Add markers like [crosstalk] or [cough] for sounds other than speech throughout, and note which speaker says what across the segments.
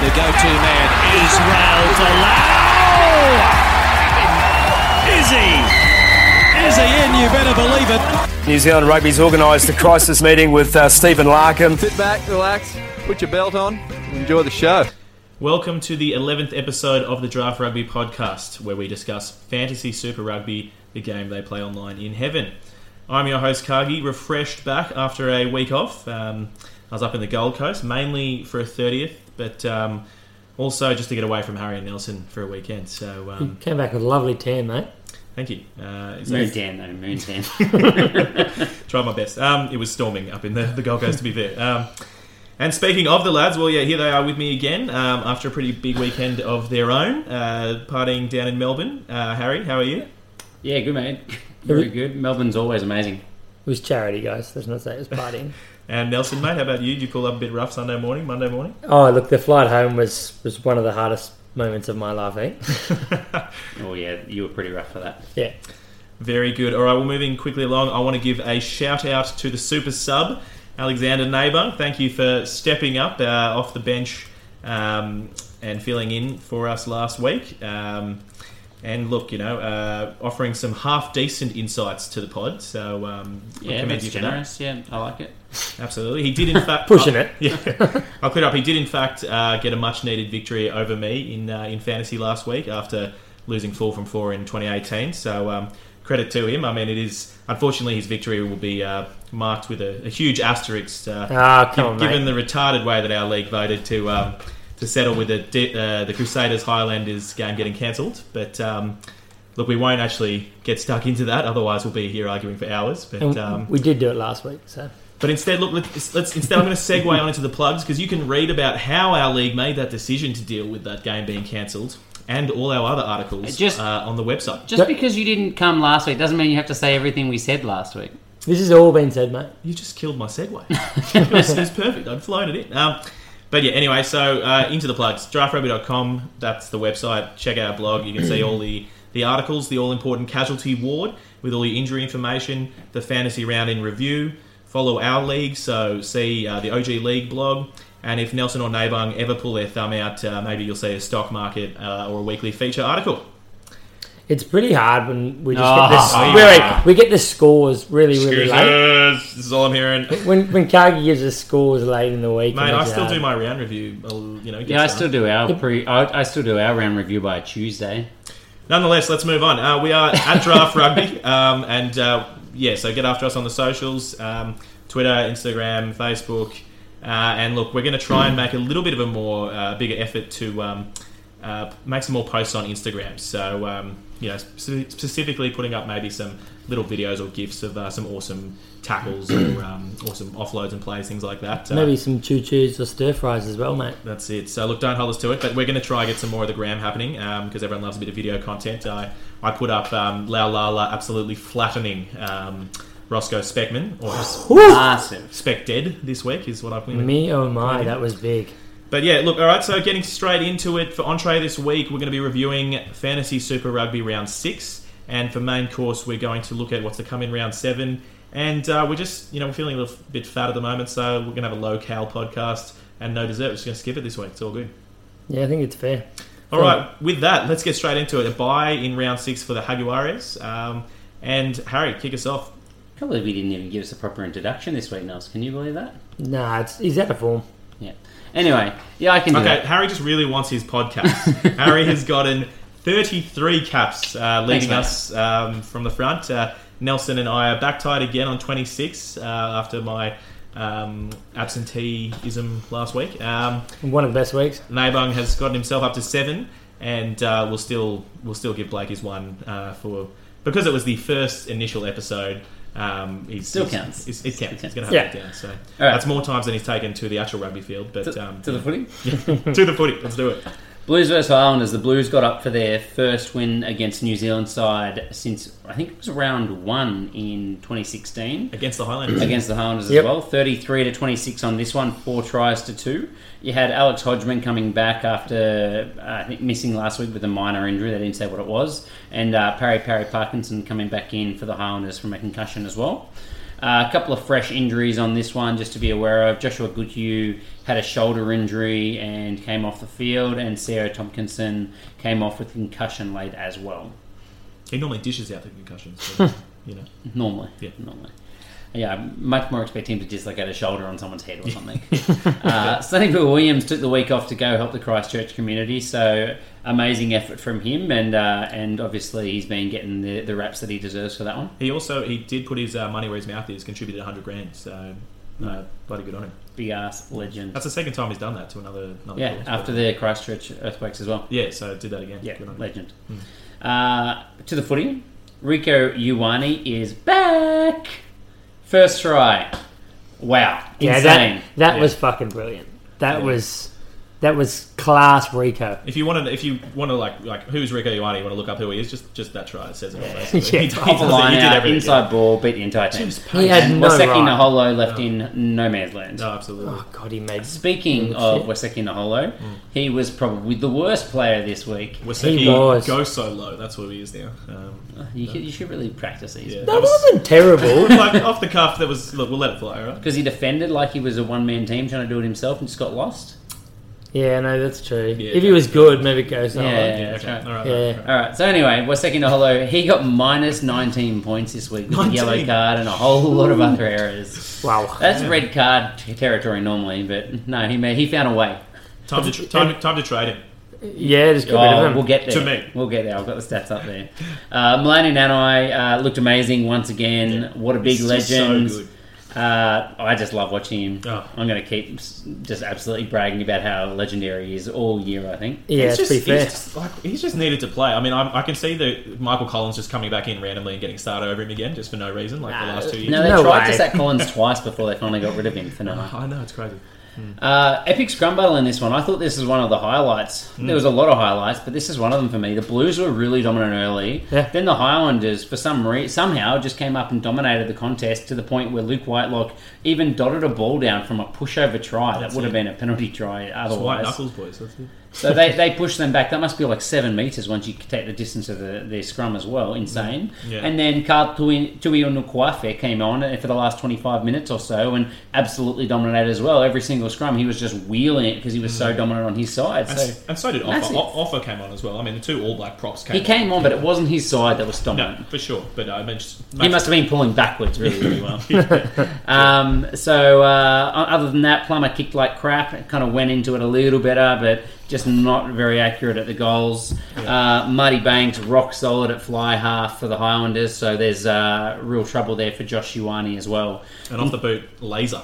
Speaker 1: the go-to man, Israel Folau. Is he? Is he in? You better believe it.
Speaker 2: New Zealand Rugby's organised a crisis meeting with uh, Stephen Larkin.
Speaker 3: Sit back, relax, put your belt on, enjoy the show.
Speaker 4: Welcome to the 11th episode of the Draft Rugby podcast, where we discuss fantasy super rugby, the game they play online in heaven. I'm your host, Kagi, refreshed back after a week off. Um, I was up in the Gold Coast, mainly for a 30th, but um, also just to get away from Harry and Nelson for a weekend. So um,
Speaker 5: you Came back with a lovely tan, mate.
Speaker 4: Thank you. Uh,
Speaker 6: moon tan, though, moon tan.
Speaker 4: Try my best. Um, it was storming up in the, the Gold Coast, to be fair. Um, And speaking of the lads, well, yeah, here they are with me again um, after a pretty big weekend of their own, uh, partying down in Melbourne. Uh, Harry, how are you?
Speaker 6: Yeah, good, mate. [laughs] Very good. Melbourne's always amazing.
Speaker 5: It was charity, guys. Let's not say it was partying.
Speaker 4: and Nelson, mate, how about you? Did you pull up a bit rough Sunday morning, Monday morning?
Speaker 5: [laughs] Oh, look, the flight home was, was one of the hardest moments of my life,
Speaker 6: eh? oh, yeah, you were pretty rough for that.
Speaker 5: [laughs] Yeah.
Speaker 4: Very good. All right, well, moving quickly along, I want to give a shout out to the super sub. Alexander Neighbour, thank you for stepping up uh, off the bench um, and filling in for us last week. Um, and look, you know, uh, offering some half decent insights to the pod. So um,
Speaker 6: yeah, that's generous. That. Yeah, I like it.
Speaker 4: Absolutely, he did in [laughs] fact
Speaker 5: pushing it.
Speaker 4: Yeah, I'll clear up. He did in fact uh, get a much needed victory over me in uh, in fantasy last week after losing four from four in 2018. So um, credit to him. I mean, it is unfortunately his victory will be uh, marked with a, a huge asterisk, uh,
Speaker 5: oh, come on,
Speaker 4: given
Speaker 5: mate.
Speaker 4: the retarded way that our league voted to um, to settle with the uh, the Crusaders Highlanders game getting cancelled. But um, look, we won't actually get stuck into that. Otherwise, we'll be here arguing for hours. But um,
Speaker 5: we did do it last week, so.
Speaker 4: But instead, look, let's, let's instead I'm going to segue on into the plugs because you can read about how our league made that decision to deal with that game being cancelled and all our other articles just, uh, on the website.
Speaker 6: Just because you didn't come last week doesn't mean you have to say everything we said last week.
Speaker 5: This has all been said, mate.
Speaker 4: You just killed
Speaker 5: [laughs]
Speaker 4: my segue. it, was, it, was, perfect. I'd flown it in. Um, but yeah, anyway, so uh, into the plugs. DraftRugby.com, that's the website. Check out our blog. You can see all the, the articles, the all important casualty ward with all your injury information, the fantasy round in review. Follow our league, so see uh, the OG League blog. And if Nelson or Nabung ever pull their thumb out, uh, maybe you'll see a stock market uh, or a weekly feature article.
Speaker 5: It's pretty hard when we just oh, get the,
Speaker 4: Ah.
Speaker 5: oh, really, yeah. we get the scores really really
Speaker 4: Excuses.
Speaker 5: late.
Speaker 4: This is all
Speaker 5: [laughs]
Speaker 4: I'm hearing.
Speaker 5: When when Kagi gives us scores late in the week,
Speaker 4: mate, I still hard. do my round review. I'll, you know,
Speaker 6: yeah, I still do our pre. I, I, still do our round review by Tuesday.
Speaker 4: Nonetheless, let's move on. Uh, we are at Draft [laughs] Rugby, um, and yeah, so get after us on the socials: um, Twitter, Instagram, Facebook. Uh, and look, we're going to try and make a little bit of a more uh, bigger effort to um, uh, make some more posts on Instagram. So, um, you know, sp- specifically putting up maybe some little videos or gifs of uh, some awesome tackles or um, awesome offloads and plays, things like that. Uh,
Speaker 5: maybe some choo choos or stir fries as well, mate.
Speaker 4: That's it. So, look, don't hold us to it, but we're going to try and get some more of the gram happening because everyone loves a bit of video content. I, I put up um, La La La absolutely flattening. um, Roscoe Speckman, or
Speaker 6: massive
Speaker 4: Speck Dead this week is what I've been.
Speaker 5: Me oh my, that was big.
Speaker 4: But yeah, look, all right. So getting straight into it for entree this week, we're going to be reviewing Fantasy Super Rugby Round Six, and for main course, we're going to look at what's to come in Round Seven. And uh, we're just, you know, we're feeling a little bit fat at the moment, so we're going to have a low cal podcast and no dessert. We're just going to skip it this week. It's all good.
Speaker 5: Yeah, I think it's fair.
Speaker 4: All fair. right, with that, let's get straight into it. A buy in round six for the Jaguares. Um, and Harry, kick us off.
Speaker 6: I can't believe he didn't even give us a proper introduction this week, Nels. Can you believe that?
Speaker 5: Nah, it's, he's out of form.
Speaker 6: Yeah. Anyway, yeah, I can.
Speaker 4: okay,
Speaker 6: that.
Speaker 4: Harry just really wants his podcast. Harry has gotten 33 caps, uh, leading Thanks, us um, from the front. Uh, Nelson and I are back tied again on 26 uh, after my um, absenteeism last week. Um,
Speaker 5: One of the best weeks.
Speaker 4: Nabung has gotten himself up to seven, and uh, we'll still we'll still give Blake his one uh, for because it was the first initial episode. Um, he's,
Speaker 6: Still counts.
Speaker 4: He's, he's, it counts. He's going to have yeah. it down. So right. that's more times than he's taken to the actual rugby field. But
Speaker 6: to,
Speaker 4: um,
Speaker 6: to the footy,
Speaker 4: yeah. to the footy. Let's do it.
Speaker 6: Blues versus Islanders. The Blues got up for their first win against New Zealand side since I think it was round one in 2016
Speaker 4: against the Highlanders.
Speaker 6: against the Highlanders yep. as well. 33 to 26 on this one. Four tries to two. You had Alex Hodgman coming back after uh, I think missing last week with a minor injury. They didn't say what it was, and uh, Parry Parry Parkinson coming back in for the Highlanders from a concussion as well.
Speaker 7: Uh, a couple of fresh injuries on this one, just to be aware of. Joshua Goodhue had a shoulder injury and came off the field, and Sarah Tompkinson came off with concussion late as well.
Speaker 4: He normally dishes out the concussions, but, you know.
Speaker 7: Normally,
Speaker 4: Yeah.
Speaker 7: normally. Yeah, I'm much more expect him to dislocate a shoulder on someone's head or
Speaker 4: [laughs]
Speaker 7: something. uh, Sunnyville Williams took the week off to go help the Christchurch community, so amazing effort from him, and uh, and obviously he's been getting the, the raps that he deserves for that one.
Speaker 4: He also he did put his uh, money where his mouth is, contributed 100 grand, so uh, bloody good on him.
Speaker 7: Big ass legend.
Speaker 4: That's the second time he's done that to another. another
Speaker 7: yeah,
Speaker 4: cause,
Speaker 7: after
Speaker 4: but-
Speaker 7: the Christchurch earthquakes as well.
Speaker 4: Yeah, so did that again.
Speaker 7: Yeah,
Speaker 4: Good on him. Hmm.
Speaker 7: legend. Uh, to the footy, Rico Uwani is back. First try. Wow,
Speaker 5: Yeah,
Speaker 7: insane.
Speaker 5: that, that
Speaker 4: Yeah.
Speaker 5: was fucking brilliant. That
Speaker 4: Yeah.
Speaker 5: was that was class Rico.
Speaker 4: If you want to, if you want to, like, like who's Rico Ioane? You want to look up who he is. Just, just that try. It says it all. Basically.
Speaker 5: Yeah.
Speaker 4: he,
Speaker 5: [laughs]
Speaker 4: he,
Speaker 7: Off a
Speaker 4: does it.
Speaker 7: line
Speaker 4: he did
Speaker 7: out,
Speaker 4: everything.
Speaker 7: inside ball, beat the entire team.
Speaker 5: He had
Speaker 7: and
Speaker 5: no
Speaker 7: Waseki
Speaker 5: right.
Speaker 7: Naholo left in no man's land.
Speaker 4: No, absolutely.
Speaker 5: Oh god, he made
Speaker 7: Speaking
Speaker 5: Mm,
Speaker 7: of
Speaker 5: shit.
Speaker 7: Waseki Naholo, he was probably the worst player this week.
Speaker 4: Waseki
Speaker 5: He was.
Speaker 4: goes so low. That's what he is now.
Speaker 5: [laughs]
Speaker 4: Um,
Speaker 7: You, should- you should really practice these.
Speaker 4: yeah,
Speaker 5: that wasn't
Speaker 4: [laughs]
Speaker 5: terrible.
Speaker 4: like off the cuff. That was. Look, we'll let it fly, right?
Speaker 7: Because he defended like he was a one man team trying to do it himself and just got lost.
Speaker 5: yeah, no, that's true.
Speaker 4: Yeah.
Speaker 5: if he was good, maybe it goes. that way.
Speaker 7: Yeah, that's right.
Speaker 4: All
Speaker 5: Oh,
Speaker 4: right.
Speaker 5: Yeah.
Speaker 4: all right.
Speaker 7: All right, so anyway, Waseki Naholo, he got minus 19 points this week with a
Speaker 4: 19.
Speaker 7: yellow card and a whole lot of other errors.
Speaker 5: Wow.
Speaker 7: That's red card t- territory normally, but no, he made, he found a way.
Speaker 4: Time to tr- time, time to trade him.
Speaker 5: Yeah, just get rid
Speaker 7: Oh,
Speaker 5: of him.
Speaker 7: we'll get there.
Speaker 4: To me.
Speaker 7: We'll get there. I've got the stats up there. Uh, Melania Nanai uh, looked amazing once again. What a big
Speaker 4: He's just
Speaker 7: legend.
Speaker 4: So good.
Speaker 7: Uh, I just love watching him.
Speaker 4: Oh.
Speaker 7: I'm going to keep s- just absolutely bragging about how legendary he is all year, I think.
Speaker 5: yeah,
Speaker 4: he's
Speaker 5: it's
Speaker 4: just,
Speaker 5: pretty fair.
Speaker 4: He's just, like, he's just needed to play. I mean, I, I can see that Michael Collins just coming back in randomly and getting started over him again, just for no reason, like the last two years.
Speaker 7: No, they
Speaker 5: No
Speaker 7: tried to
Speaker 5: way.
Speaker 7: sack Collins twice before they finally got rid of him for Nanai.
Speaker 4: I know it's crazy.
Speaker 7: Uh, epic scrum battle in this one. I thought this was one of the highlights.
Speaker 4: Hmm.
Speaker 7: There was a lot of highlights, but this is one of them for me. The Blues were really dominant early.
Speaker 5: Yeah.
Speaker 7: Then the Highlanders, for some re- somehow, just came up and dominated the contest to the point where Luke Whitelock even dotted a ball down from a pushover try that
Speaker 4: That's
Speaker 7: would have
Speaker 4: it.
Speaker 7: been a penalty try
Speaker 4: It's white
Speaker 7: otherwise.
Speaker 4: knuckles, boys. That's it.
Speaker 7: so they, they pushed them back. That must be like seven meters once you take the distance of the, their scrum as well. Insane.
Speaker 4: Yeah.
Speaker 7: And then Carl Tui Nukwafe came on for the last 25 minutes or so and absolutely dominated as well. Every single scrum, he was just wheeling it because he was so
Speaker 4: Mm.
Speaker 7: dominant on his side.
Speaker 4: And,
Speaker 7: So
Speaker 4: s and so did Offa.
Speaker 7: Massive.
Speaker 4: O- Offa came on as well. I mean, the two All Black props came.
Speaker 7: he came on, but it wasn't his side that was
Speaker 4: on. No,
Speaker 7: dominant.
Speaker 4: for sure. But uh, I mean, just,
Speaker 7: He must have been pulling backwards really, really well.
Speaker 5: [laughs]
Speaker 7: um, so, uh, o- other than that, Plummer kicked like crap. It kind of went into it a little better, but just not very accurate at the goals. Uh, Marty Banks rock solid at fly half for the Highlanders, so there's uh, real trouble there for Josh Iwani as well.
Speaker 4: [laughs] and off the boot, laser.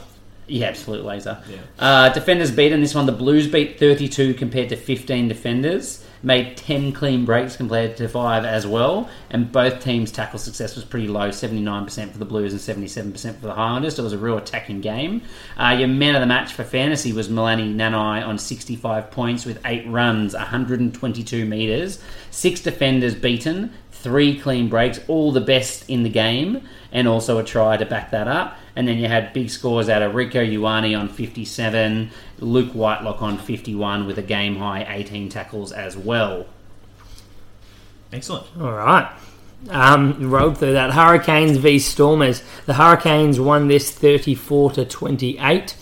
Speaker 7: Yeah, absolute laser.
Speaker 4: Yeah.
Speaker 7: Uh, defenders beat in this one. The Blues beat 32 compared to 15 defenders. Made 10 clean breaks compared to 5 as well. And both teams' tackle success was pretty low 79% for the Blues and 77% for the Highlanders. So it was a real attacking game. Uh, your man of the match for fantasy was Milani Nanai on 65 points with 8 runs, 122 metres, 6 defenders beaten, three clean breaks, all the best in the game, and also a try to back that up. And then you had big scores out of Rico Ioane on 57, Luke Whitelock on 51 with a game high 18 tackles as well.
Speaker 4: Excellent.
Speaker 5: All right. Um, rolled through that. Hurricanes v Stormers. The Hurricanes won this 34 to 28.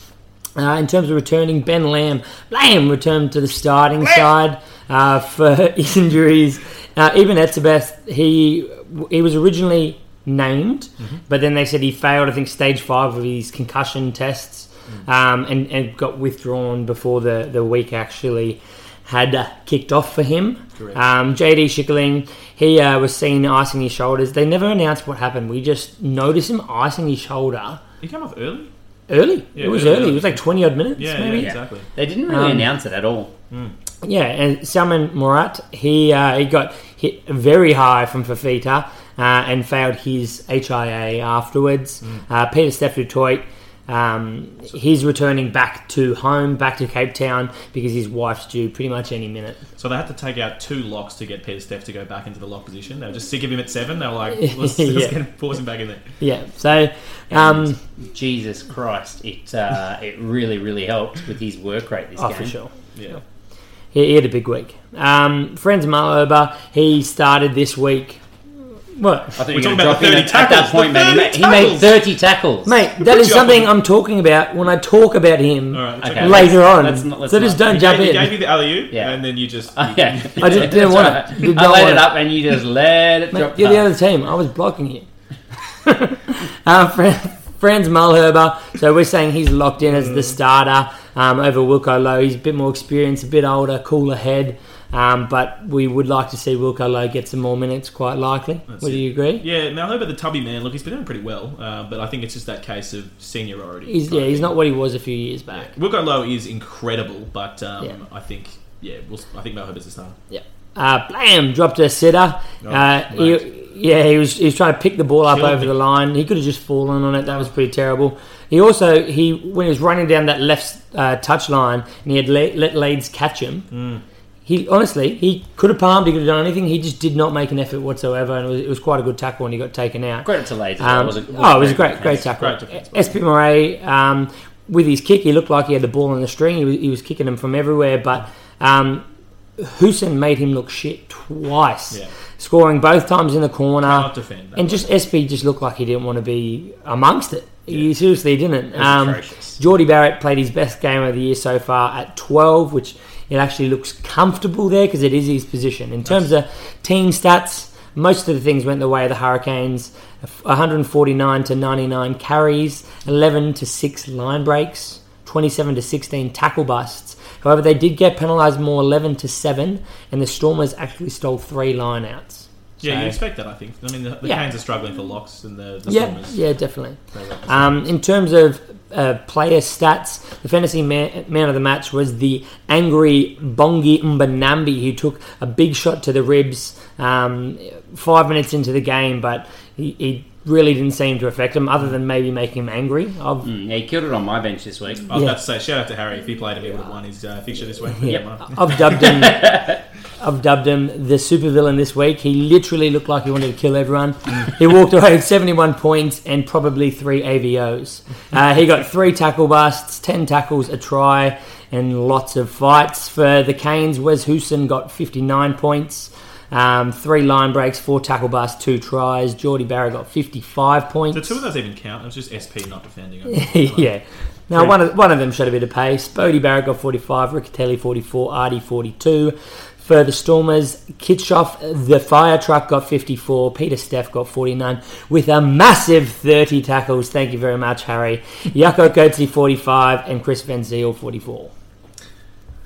Speaker 5: Uh, in terms of returning, Ben Lamb, Lamb returned to the starting side uh, for [laughs] injuries. Uh, Ibn Etzebeth, he he was originally named, but then they said he failed. I think stage five of his concussion tests, um, and and got withdrawn before the the week actually had uh, kicked off for him. Um, JD Schickling, he uh, was seen icing his shoulders. They never announced what happened. We just noticed him icing his shoulder
Speaker 4: He came off early.
Speaker 5: early.
Speaker 4: Yeah,
Speaker 5: it was
Speaker 4: early,
Speaker 5: early. It was like 20 odd minutes,
Speaker 4: Yeah,
Speaker 5: maybe.
Speaker 4: yeah,
Speaker 5: Yeah.
Speaker 4: exactly.
Speaker 7: They didn't really
Speaker 5: Um,
Speaker 7: announce it at all.
Speaker 5: and Salman Murat, he, uh, he got hit very high from Fafita uh, and failed his HIA afterwards.
Speaker 4: Mm.
Speaker 5: Uh, Peter Steffutoit, um, he's returning back to home, back to Cape Town, because his wife's due pretty much any minute.
Speaker 4: So they had to take out two locks to get Peter Steph to go back into the lock position. They were just sick of him at seven. They were like,
Speaker 5: [laughs]
Speaker 4: let's,
Speaker 5: Yeah.
Speaker 4: let's get him, force him back in there.
Speaker 5: Yeah, so um,
Speaker 7: Jesus Christ, it uh, it really, really helped with his work rate this
Speaker 5: oh,
Speaker 7: game.
Speaker 5: for sure.
Speaker 4: Yeah.
Speaker 5: He, he had a big week. Um, Friends Maloba, he started this week What?
Speaker 6: I thought you
Speaker 4: We're
Speaker 6: were going
Speaker 4: talking
Speaker 6: to drop
Speaker 4: about
Speaker 6: in
Speaker 4: the 30
Speaker 6: at, at that
Speaker 4: tackles,
Speaker 6: point,
Speaker 4: the
Speaker 6: man. He made,
Speaker 4: 30
Speaker 6: he made 30
Speaker 4: tackles.
Speaker 6: tackles.
Speaker 7: [laughs]
Speaker 5: Mate, that is
Speaker 4: job.
Speaker 5: something I'm talking about when I talk about him
Speaker 4: All right, it's
Speaker 6: Okay.
Speaker 4: okay.
Speaker 5: later on.
Speaker 6: Let's not- let's
Speaker 5: so just
Speaker 6: not.
Speaker 5: don't
Speaker 4: He
Speaker 5: jump
Speaker 4: gave, he
Speaker 5: in.
Speaker 4: gave you the alley oop,
Speaker 6: Yeah.
Speaker 4: and then you just.
Speaker 6: Okay.
Speaker 5: I didn't- didn't
Speaker 6: That's
Speaker 5: want
Speaker 6: all
Speaker 5: it.
Speaker 6: right.
Speaker 5: Did
Speaker 6: I
Speaker 5: not
Speaker 6: laid
Speaker 5: want
Speaker 6: it
Speaker 5: it.
Speaker 6: up and you just let it
Speaker 5: Mate,
Speaker 6: drop.
Speaker 5: you're the
Speaker 6: down.
Speaker 5: other team. I was blocking you. [laughs] uh, Fran- Franz Mulherber. So we're saying he's locked in as the starter um, over Wilco Low. He's a bit more experienced, a bit older, cooler head. Um, but we would like to see Wilco Low get some more minutes, quite likely. would
Speaker 4: it.
Speaker 5: you agree?
Speaker 4: Yeah, Malhoba, the tubby man, look, he's been doing pretty well, uh, but I think it's just that case of seniority.
Speaker 5: He's, yeah, he's not what he was a few years back.
Speaker 4: Wilco Low is incredible, but um,
Speaker 5: Yeah.
Speaker 4: I think, yeah, we'll, I think Malhoba's the star.
Speaker 5: Yeah. Uh, blam! Dropped a sitter.
Speaker 4: Oh,
Speaker 5: uh, he-
Speaker 4: mate.
Speaker 5: yeah, he was he was trying to pick the ball up
Speaker 4: Killed
Speaker 5: over
Speaker 4: it.
Speaker 5: the line. He could have just fallen on it. That was pretty terrible. He also he when he was running down that left uh, touch line and he had le- let Leeds catch him.
Speaker 4: Hmm.
Speaker 5: He honestly he could have palmed. He could have done anything. He just did not make an effort whatsoever, and it was, it was quite a good tackle. And he got taken out.
Speaker 6: Credit to Leeds. as well.
Speaker 5: Um,
Speaker 6: It was a-
Speaker 5: oh, it was a great, great tackle.
Speaker 4: Great defense.
Speaker 5: SP Murray, um, with his kick, he looked like he had the ball on the string. He was, he was kicking him from everywhere, but um, Hoosen made him look shit twice,
Speaker 4: Yeah.
Speaker 5: scoring both times in the corner.
Speaker 4: Can't defend that
Speaker 5: Uh, And just SP just looked like he didn't want to be amongst it. He seriously didn't.
Speaker 6: was
Speaker 5: Um,
Speaker 6: atrocious.
Speaker 5: Geordie Barrett played his best game of the year so far at 12, which it actually looks comfortable there because it is his position. In terms of team stats, most of the things went the way of the Hurricanes 149 to 99 carries, 11 to 6 line breaks, 27 to 16 tackle busts. However, they did get penalised more 11 to 7, and the Stormers actually stole three line outs.
Speaker 4: Yeah,
Speaker 5: So-
Speaker 4: you expect that, I think. I mean, the, the
Speaker 5: Yeah.
Speaker 4: Canes are struggling for locks, and the, the
Speaker 5: yeah,
Speaker 4: Stormers.
Speaker 5: yeah, definitely.
Speaker 4: they were-
Speaker 5: Um, in terms of uh, player stats, the fantasy man, man of the match was the angry Bongi Mbanambi, who took a big shot to the ribs um, five minutes into the game, but he, he really didn't seem to affect him, other than maybe making him angry. I've,
Speaker 6: Yeah, he killed it on my bench this week.
Speaker 4: I was
Speaker 5: yeah.
Speaker 4: about to say, shout out to Harry. If he played him, he would have won his uh, fixture this week.
Speaker 5: yeah,
Speaker 4: Yeah, won.
Speaker 5: I've dubbed him. I've dubbed him the supervillain this week. He literally looked like he wanted to kill everyone. he walked away with 71 points and probably three AVOs. Uh, he got three tackle busts, 10 tackles, a try, and lots of fights. For the Canes, Wes Hooson got 59 points. Um, three line breaks, four tackle busts, two tries. Geordie Barra got 55 points.
Speaker 4: The two of those even count. It was just SP not defending.
Speaker 5: [laughs] yeah. Now one of one of them showed a bit of pace. Bodie Barrett got 45, Riccatelli 44, Artie 42. For the Stormers, Kitchoff, the fire truck, got 54. Peter Steph got 49 with a massive 30 tackles. Thank you very much, Harry. Jaco Coetzee, 45, and Chris Van Ziel, 44.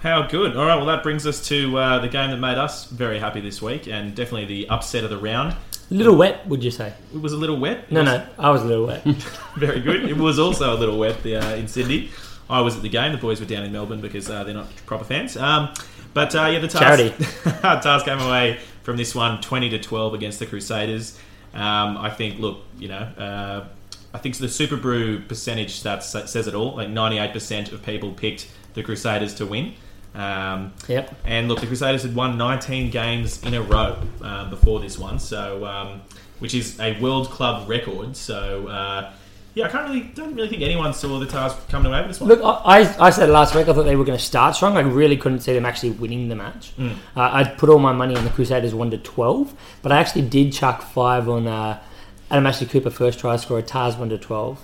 Speaker 4: How good. All right, well, that brings us to uh, the game that made us very happy this week, and definitely the upset of the round.
Speaker 5: Little wet, would you say?
Speaker 4: It was a little wet. It
Speaker 5: No,
Speaker 4: was
Speaker 5: no, I was a little wet.
Speaker 4: [laughs] Very good. It was also a little wet uh, in Sydney. I was at the game. The boys were down in Melbourne because uh, they're not proper fans. Um, but uh, yeah, the task,
Speaker 5: Charity.
Speaker 4: [laughs] task came away from this one 20 to 12 against the Crusaders. Um, I think, look, you know, uh, I think the Super Brew percentage that sa- says it all. Like 98% of people picked the Crusaders to win. Um,
Speaker 5: Yep.
Speaker 4: and look, the Crusaders had won 19 games in a row um, before this one, so um, which is a world club record. So uh, yeah, I can't really don't really think anyone saw the task coming away with this one.
Speaker 5: Look, I, I I said last week I thought they were going to start strong. I really couldn't see them actually winning the match.
Speaker 4: Mm.
Speaker 5: Uh, I'd put all my money on the Crusaders 1 to 12, but I actually did chuck 5 on uh, Adam Ashley Cooper first try scorer, Tars 1 to 12.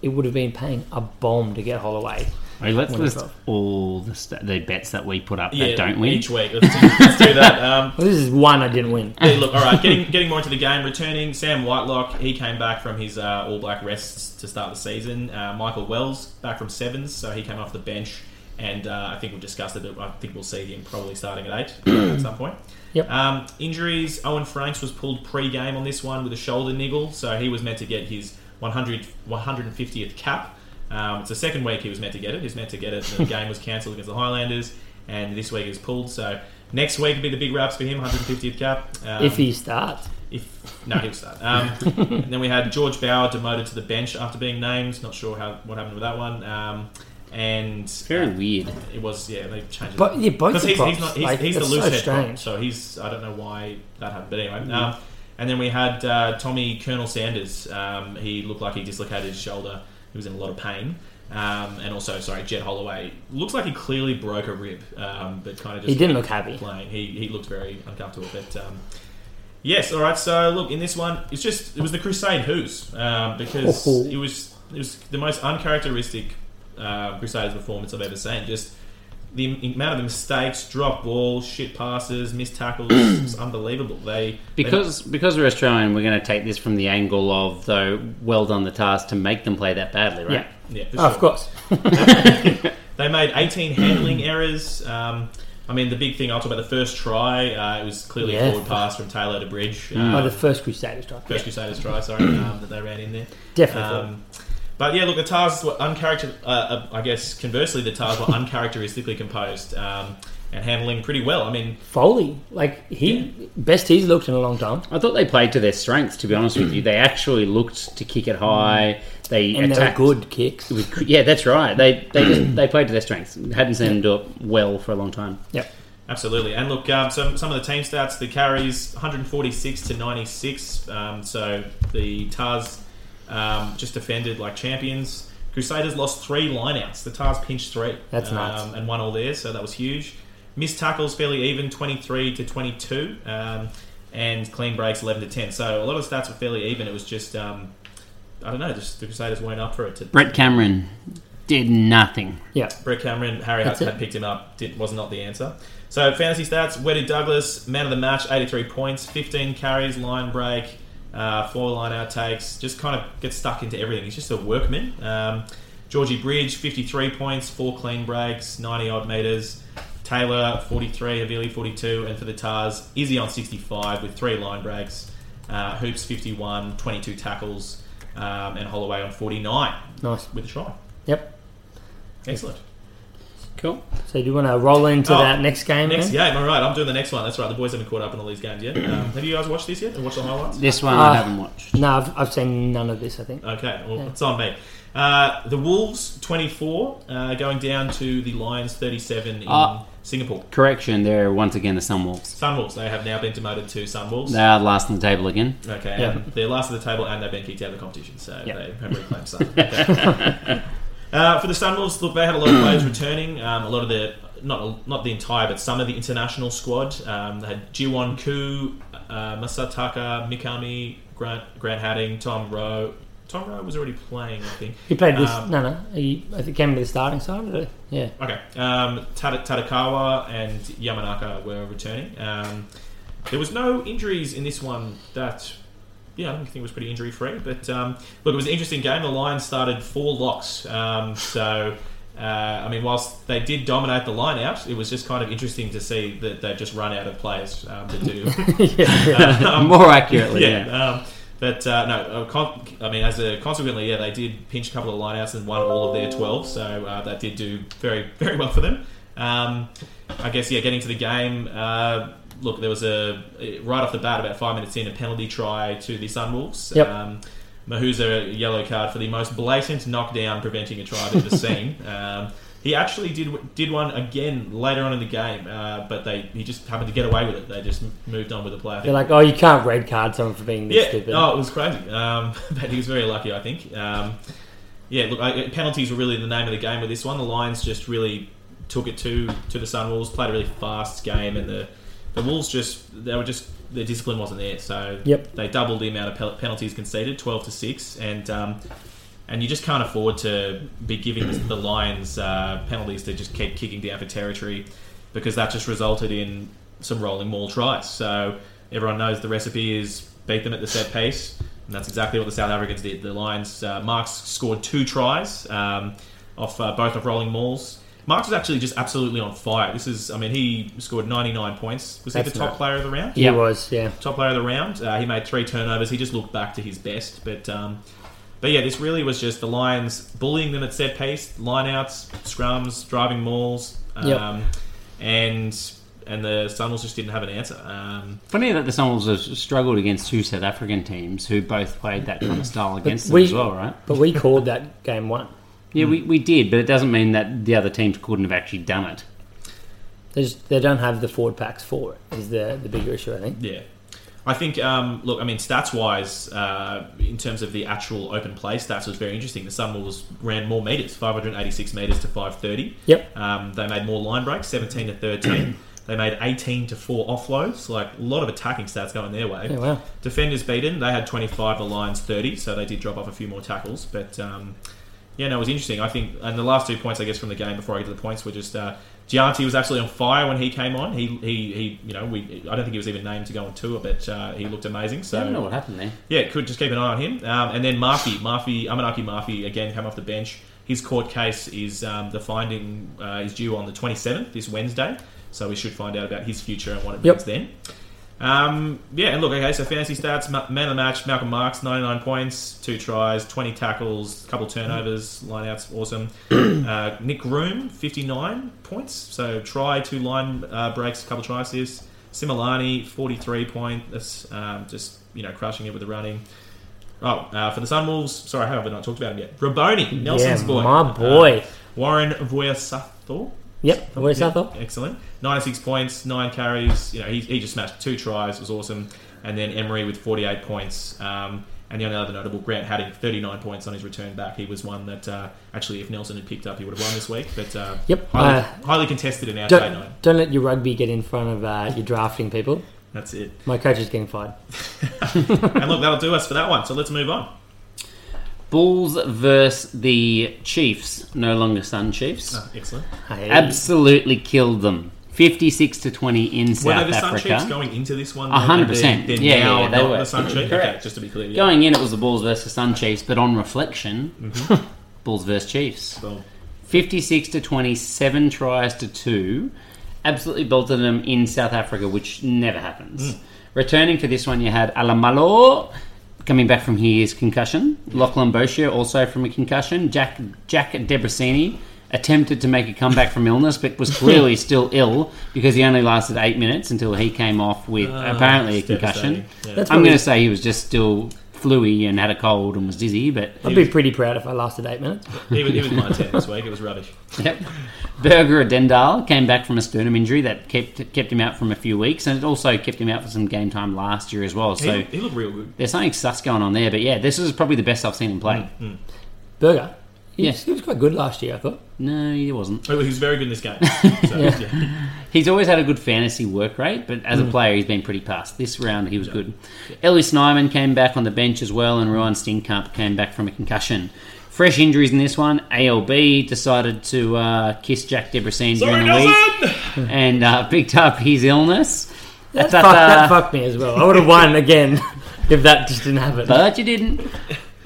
Speaker 5: It would have been paying a bomb to get Holloway.
Speaker 7: Alright, let's
Speaker 5: Wonderful.
Speaker 7: list all the, st- the bets that we put up
Speaker 4: yeah,
Speaker 7: that don't win.
Speaker 4: each week. Let's do, let's do that. [laughs] Um,
Speaker 5: Well, this is one I didn't win.
Speaker 4: yeah, look, all right, getting getting more into the game. Returning Sam Whitelock, he came back from his uh, All Black rests to start the season. Uh, Michael Wells back from sevens, so he came off the bench, and uh, I think we'll discuss it. but I think we'll see him probably starting at eight at some point.
Speaker 5: Yep.
Speaker 4: Um, injuries. Owen Franks was pulled pre-game on this one with a shoulder niggle, so he was meant to get his 100, 150th cap. Um, it's the second week he was meant to get it. He was meant to get it.
Speaker 5: [laughs]
Speaker 4: The game was cancelled against the Highlanders, and this week he's pulled. So next week will be the big wraps for him, 150th cap. Um,
Speaker 5: if he starts.
Speaker 4: if no, he'll start. Um,
Speaker 5: [laughs]
Speaker 4: and then we had George Bauer demoted to the bench after being named. Not sure how what happened with that one. Um, and
Speaker 6: Very weird.
Speaker 4: it was yeah they changed. it.
Speaker 5: But yeah, both
Speaker 4: Because
Speaker 5: the
Speaker 4: he's,
Speaker 5: props,
Speaker 4: he's not he's,
Speaker 5: like,
Speaker 4: he's the
Speaker 5: that's
Speaker 4: loose
Speaker 5: so
Speaker 4: head prop,
Speaker 5: strange. Mm.
Speaker 4: so he's I don't know why that happened. But anyway, um, and then we had uh, Tommy Colonel Sanders. Um, he looked like he dislocated his shoulder. He was in a lot of pain. Um, and also, sorry, Jet Holloway looks like he clearly broke a rib, um, but kind of just
Speaker 5: He didn't look happy.
Speaker 4: playing. He he looked very uncomfortable, but. Um, Yes, all right. So look, in this one, it's just it was the Crusade Who's um, because
Speaker 5: Oh.
Speaker 4: it was it was the most uncharacteristic uh, Crusaders performance I've ever seen. Just the m- amount of mistakes, drop balls, shit passes, missed
Speaker 5: [clears throat]
Speaker 4: tackles, it's unbelievable. They they-
Speaker 6: Because because we're Australian, we're going to take this from the angle of though well done the task to make them play that badly, right?
Speaker 5: Yeah.
Speaker 4: yeah, for
Speaker 5: Oh, of
Speaker 4: sure.
Speaker 5: course.
Speaker 4: They made 18 handling errors. Um, I mean, the big thing I'll talk about the first try. Uh, it was clearly
Speaker 5: Yeah.
Speaker 4: a forward pass from Taylor to Bridge.
Speaker 5: Oh,
Speaker 4: Uh,
Speaker 5: the first Crusaders strike.
Speaker 4: first Crusaders try, sorry, um, that they ran in there.
Speaker 5: Definitely.
Speaker 4: Um, but yeah, look, the TARs were uncharacter. Uh, uh, I guess conversely, the TARs were uncharacteristically composed um, and handling pretty well. I mean,
Speaker 5: Foley, like he best he's looked in a long time.
Speaker 6: I thought they played to their strengths. To be honest with you, they actually looked to kick it high. They
Speaker 5: And they're
Speaker 6: attacked
Speaker 5: good kicks.
Speaker 6: with- yeah, that's right. They they just, [clears throat] they played to their strengths. Hadn't seen them do it well for a long time.
Speaker 5: Yep.
Speaker 4: absolutely. And look, um, some some of the team stats: the carries 146 to 96. Um, so the TARs um, just defended like champions. Crusaders lost three lineouts. The TARs pinched three.
Speaker 5: That's
Speaker 4: um,
Speaker 5: nuts.
Speaker 4: And won all theirs, so that was huge. Missed tackles fairly even, 23 to 22. Um, and clean breaks, 11 to 10. So a lot of the stats were fairly even. It was just, um, I don't know, just the Crusaders weren't up for it. To,
Speaker 7: Brett Cameron did nothing.
Speaker 5: Yeah.
Speaker 4: Brett Cameron, Harry
Speaker 5: That's
Speaker 4: Hutt
Speaker 5: it.
Speaker 4: had picked him up, did, was not the answer. So fantasy stats, Wedded Douglas, man of the match, 83 points, 15 carries, line break, uh, four line out takes, just kind of gets stuck into everything. He's just a workman. Um, Georgie Bridge, 53 points, four clean breaks, 90 odd metres. Taylor, 43, Havili, 42. And for the Tars, Izzy on 65 with three line breaks. Uh, Hoops, 51, 22 tackles. Um, and Holloway on 49
Speaker 5: Nice.
Speaker 4: with a try.
Speaker 5: Yep.
Speaker 4: Excellent.
Speaker 6: Cool.
Speaker 5: So do you want to roll into
Speaker 4: Oh,
Speaker 5: that next game?
Speaker 4: Next
Speaker 5: then?
Speaker 4: game, all right. I'm doing the next one. That's right. The boys haven't caught up on all these games yet. Um, have you guys watched this yet? Or watched the highlights?
Speaker 7: This one
Speaker 5: Uh,
Speaker 7: I haven't watched.
Speaker 5: No, I've, I've seen none of this. I think.
Speaker 4: Okay, well, it's on me. Uh, the Wolves 24 uh, going down to the Lions 37 in
Speaker 7: Ah.
Speaker 4: Singapore.
Speaker 7: Correction, they're once again the Sunwolves.
Speaker 4: Sunwolves. They have now been demoted to Sunwolves.
Speaker 7: They are last on the table again.
Speaker 6: [laughs]
Speaker 4: Okay,
Speaker 5: Mm. Yeah.
Speaker 4: and they're last of the table and they've been kicked out of the competition, so
Speaker 7: Yeah.
Speaker 4: they have reclaimed some. [laughs] Okay. uh, for the Sunwolves, look, they had
Speaker 5: [coughs]
Speaker 4: a lot of players returning. Um, a lot of the not not the entire, but some of the international squad. Um, they had Jiwon Ku, uh, Masataka, Mikami, Grant Grant Hadding, Tom Rowe. Tom Rowe was already playing, I think.
Speaker 5: He played this.
Speaker 4: Um,
Speaker 5: no, no. He I think came to the starting side. did he? [laughs] Yeah.
Speaker 4: Okay. Um, Tada- Tadakawa and Yamanaka were returning. Um, there was no injuries in this one that, yeah, I don't think it was pretty injury free. But um, look, it was an interesting game. The Lions started four locks. Um, so, uh, I mean, whilst they did dominate the line out, it was just kind of interesting to see that they've just run out of players um, to do.
Speaker 5: [laughs]
Speaker 4: Um,
Speaker 7: More accurately, yeah.
Speaker 4: yeah. Um, but uh, no, uh, con- I mean, as a consequently, yeah, they did pinch a couple of lineouts and won all of their twelve, so uh, that did do very [laughs] very well for them. Um, I guess yeah, getting to the game. Uh, look, there was a right off the bat about five minutes in a penalty try to the Sunwolves.
Speaker 5: Yep.
Speaker 4: Um, Mahuza a yellow card for the most blatant knockdown preventing a try I've ever seen. Um, he actually did did one again later on in the game, uh, but they he just happened to get away with it. They just m- moved on with the play. I think
Speaker 5: They're like, oh, you can't red card someone for being this
Speaker 4: yeah.
Speaker 5: stupid.
Speaker 4: Oh, it was crazy. Um, [laughs] but he was very lucky, I think. Um, yeah, look, I, penalties were really the name of the game with this one. The Lions just really took it to to the Sunwolves, played a really fast game, and the the Wolves just they were just their discipline wasn't there. So
Speaker 5: Yep.
Speaker 4: they doubled the amount of pel- penalties conceded, twelve to six, and. Um, and you just can't afford to be giving the- the Lions uh, penalties to just keep kicking down for territory because that just resulted in some rolling maul tries. So everyone knows the recipe is beat them at the set piece, and that's exactly what the South Africans did. The Lions, uh, Marks scored two tries um, off uh, both of rolling mauls. Marks was actually just absolutely on fire. This is, I mean, he scored 99 points. Was he
Speaker 5: That's
Speaker 4: the top
Speaker 5: nuts.
Speaker 4: player of the round?
Speaker 5: he
Speaker 7: yeah.
Speaker 5: was. Yeah.
Speaker 4: top player of the round. Uh, he made three turnovers. He just looked back to his best. But um, but yeah, this really was just the Lions bullying them at set piece, lineouts, scrums, driving mauls, um,
Speaker 5: Yep.
Speaker 4: and and the Sunwolves just didn't have an answer. Um,
Speaker 7: Funny that the Sunwolves have struggled against two South African teams who both played that kind of style against them
Speaker 5: we-
Speaker 7: as well, right?
Speaker 5: But we called that game one.
Speaker 7: Yeah, we, we did, but it doesn't mean that the other teams couldn't have actually done it.
Speaker 5: They just, they don't have the forward packs for it. Is the the bigger issue I think.
Speaker 4: yeah. I think, um, look, I mean, stats wise, uh, in terms of the actual open play stats, was very interesting. The Sunwolves ran more metres, 586 metres to 530.
Speaker 5: Yep. [clears throat]
Speaker 4: Um, they made more line breaks, 17 to 13. They made 18 to 4 offloads, like a lot of attacking stats going their way.
Speaker 5: Yeah, wow.
Speaker 4: Defenders beaten, they had 25, the Lions 30, so they did drop off a few more tackles. But um, yeah, no, it was interesting. I think, and the last two points, I guess, from the game before I get to the points were just uh, Gianti was absolutely on fire when he came on. He, he, he you know, we, I don't think he was even named to go on tour, but uh, he looked amazing. So
Speaker 6: I don't know what happened there.
Speaker 4: yeah, could just keep an eye on him. Um, and then Murphy, Murphy, Amanaki Murphy again came off the bench. His court case is um, the finding uh, is due on the 27th, this Wednesday. So we should find out about his future and what it
Speaker 5: Yep.
Speaker 4: means then. Um, yeah, and look, okay, so fantasy stats, ma- man of the match, Malcolm Marks, 99 points, two tries, 20 tackles, couple turnovers,
Speaker 5: [clears throat]
Speaker 4: lineouts, awesome. uh, Nick Room, 59 points, so try, two line uh, breaks, couple try assists. Similani, 43 points, um, just, you know, crushing it with the running. Oh, uh, for the Sunwolves, sorry, I haven't not talked about him yet. Raboni, Nelson's
Speaker 5: yeah,
Speaker 4: boy.
Speaker 5: my boy.
Speaker 4: Uh, Warren Voyasathor.
Speaker 5: yep, where's that though?
Speaker 4: Excellent. 96 points, 9 carries. You know, he, he just smashed two tries. It was awesome. And then Emery with 48 points. Um, and the only other notable, Grant had him 39 points on his return back. He was one that, uh, actually, if Nelson had picked up, he would have won this week. But uh,
Speaker 5: Yep,
Speaker 4: highly,
Speaker 5: uh,
Speaker 4: highly contested in our day nine.
Speaker 5: Don't, don't let your rugby get in front of uh, your drafting people.
Speaker 4: That's it.
Speaker 5: My coach is getting [laughs] fired.
Speaker 4: and look, that'll do us for that one. So let's move on.
Speaker 7: Bulls versus the Chiefs, no longer Sun Chiefs.
Speaker 4: Oh, excellent.
Speaker 5: Hey.
Speaker 7: Absolutely killed them. 56 to 20 in
Speaker 4: Were
Speaker 7: South
Speaker 4: they the Sun
Speaker 7: Africa.
Speaker 4: Chiefs going into this one?
Speaker 7: A hundred percent.
Speaker 4: They're
Speaker 7: Yeah,
Speaker 4: now
Speaker 7: yeah, they
Speaker 4: not
Speaker 7: were.
Speaker 4: the Sun Chiefs?
Speaker 7: Correct.
Speaker 4: Okay, just to be clear. Yeah.
Speaker 7: Going in, it was the Bulls versus Sun Chiefs, but on reflection,
Speaker 6: Mm-hmm.
Speaker 7: [laughs] Bulls versus Chiefs.
Speaker 4: Boom.
Speaker 7: 56 to 27 tries to 2. Absolutely bolted them in South Africa, which never happens. Returning for this one, you had Alamalo coming back from his concussion. Lachlan Boshier also from a concussion. Jack Jack Debrasini attempted to make a comeback from illness, but was clearly still ill because he only lasted eight minutes until he came off with apparently a
Speaker 4: it's devastating.
Speaker 7: concussion.
Speaker 4: Yeah.
Speaker 5: That's
Speaker 7: I'm
Speaker 5: probably-
Speaker 7: going to say he was just still fluey and had a cold and was dizzy, but
Speaker 5: I'd be pretty proud if I lasted eight minutes.
Speaker 4: He was, he was my 10 this week. It was rubbish.
Speaker 7: Yep. Berger Dendal came back from a sternum injury that kept kept him out from a few weeks, and it also kept him out for some game time last year as well. [laughs]
Speaker 4: He,
Speaker 7: So
Speaker 4: he looked real good.
Speaker 7: there's something sus going on there. But yeah, this is probably the best I've seen him play.
Speaker 5: Burger. He,
Speaker 7: Yeah.
Speaker 5: was, he was quite good last year, I thought.
Speaker 7: No, he wasn't.
Speaker 4: Oh, he was very good in
Speaker 7: [laughs]
Speaker 4: this game. So, yeah.
Speaker 7: He's always had a good fantasy work rate, but as a player, he's been pretty past. This round, he was good. Ellie Snyman came back on the bench as well, and Ryan Stinkamp came back from a concussion. Fresh injuries in this one. ALB decided to uh, kiss Jack Debrasine during the week and uh, picked up his illness.
Speaker 5: That,
Speaker 7: Atata-
Speaker 5: fucked, that fucked me as well. I would have won again [laughs] if that just didn't happen.
Speaker 7: but you didn't.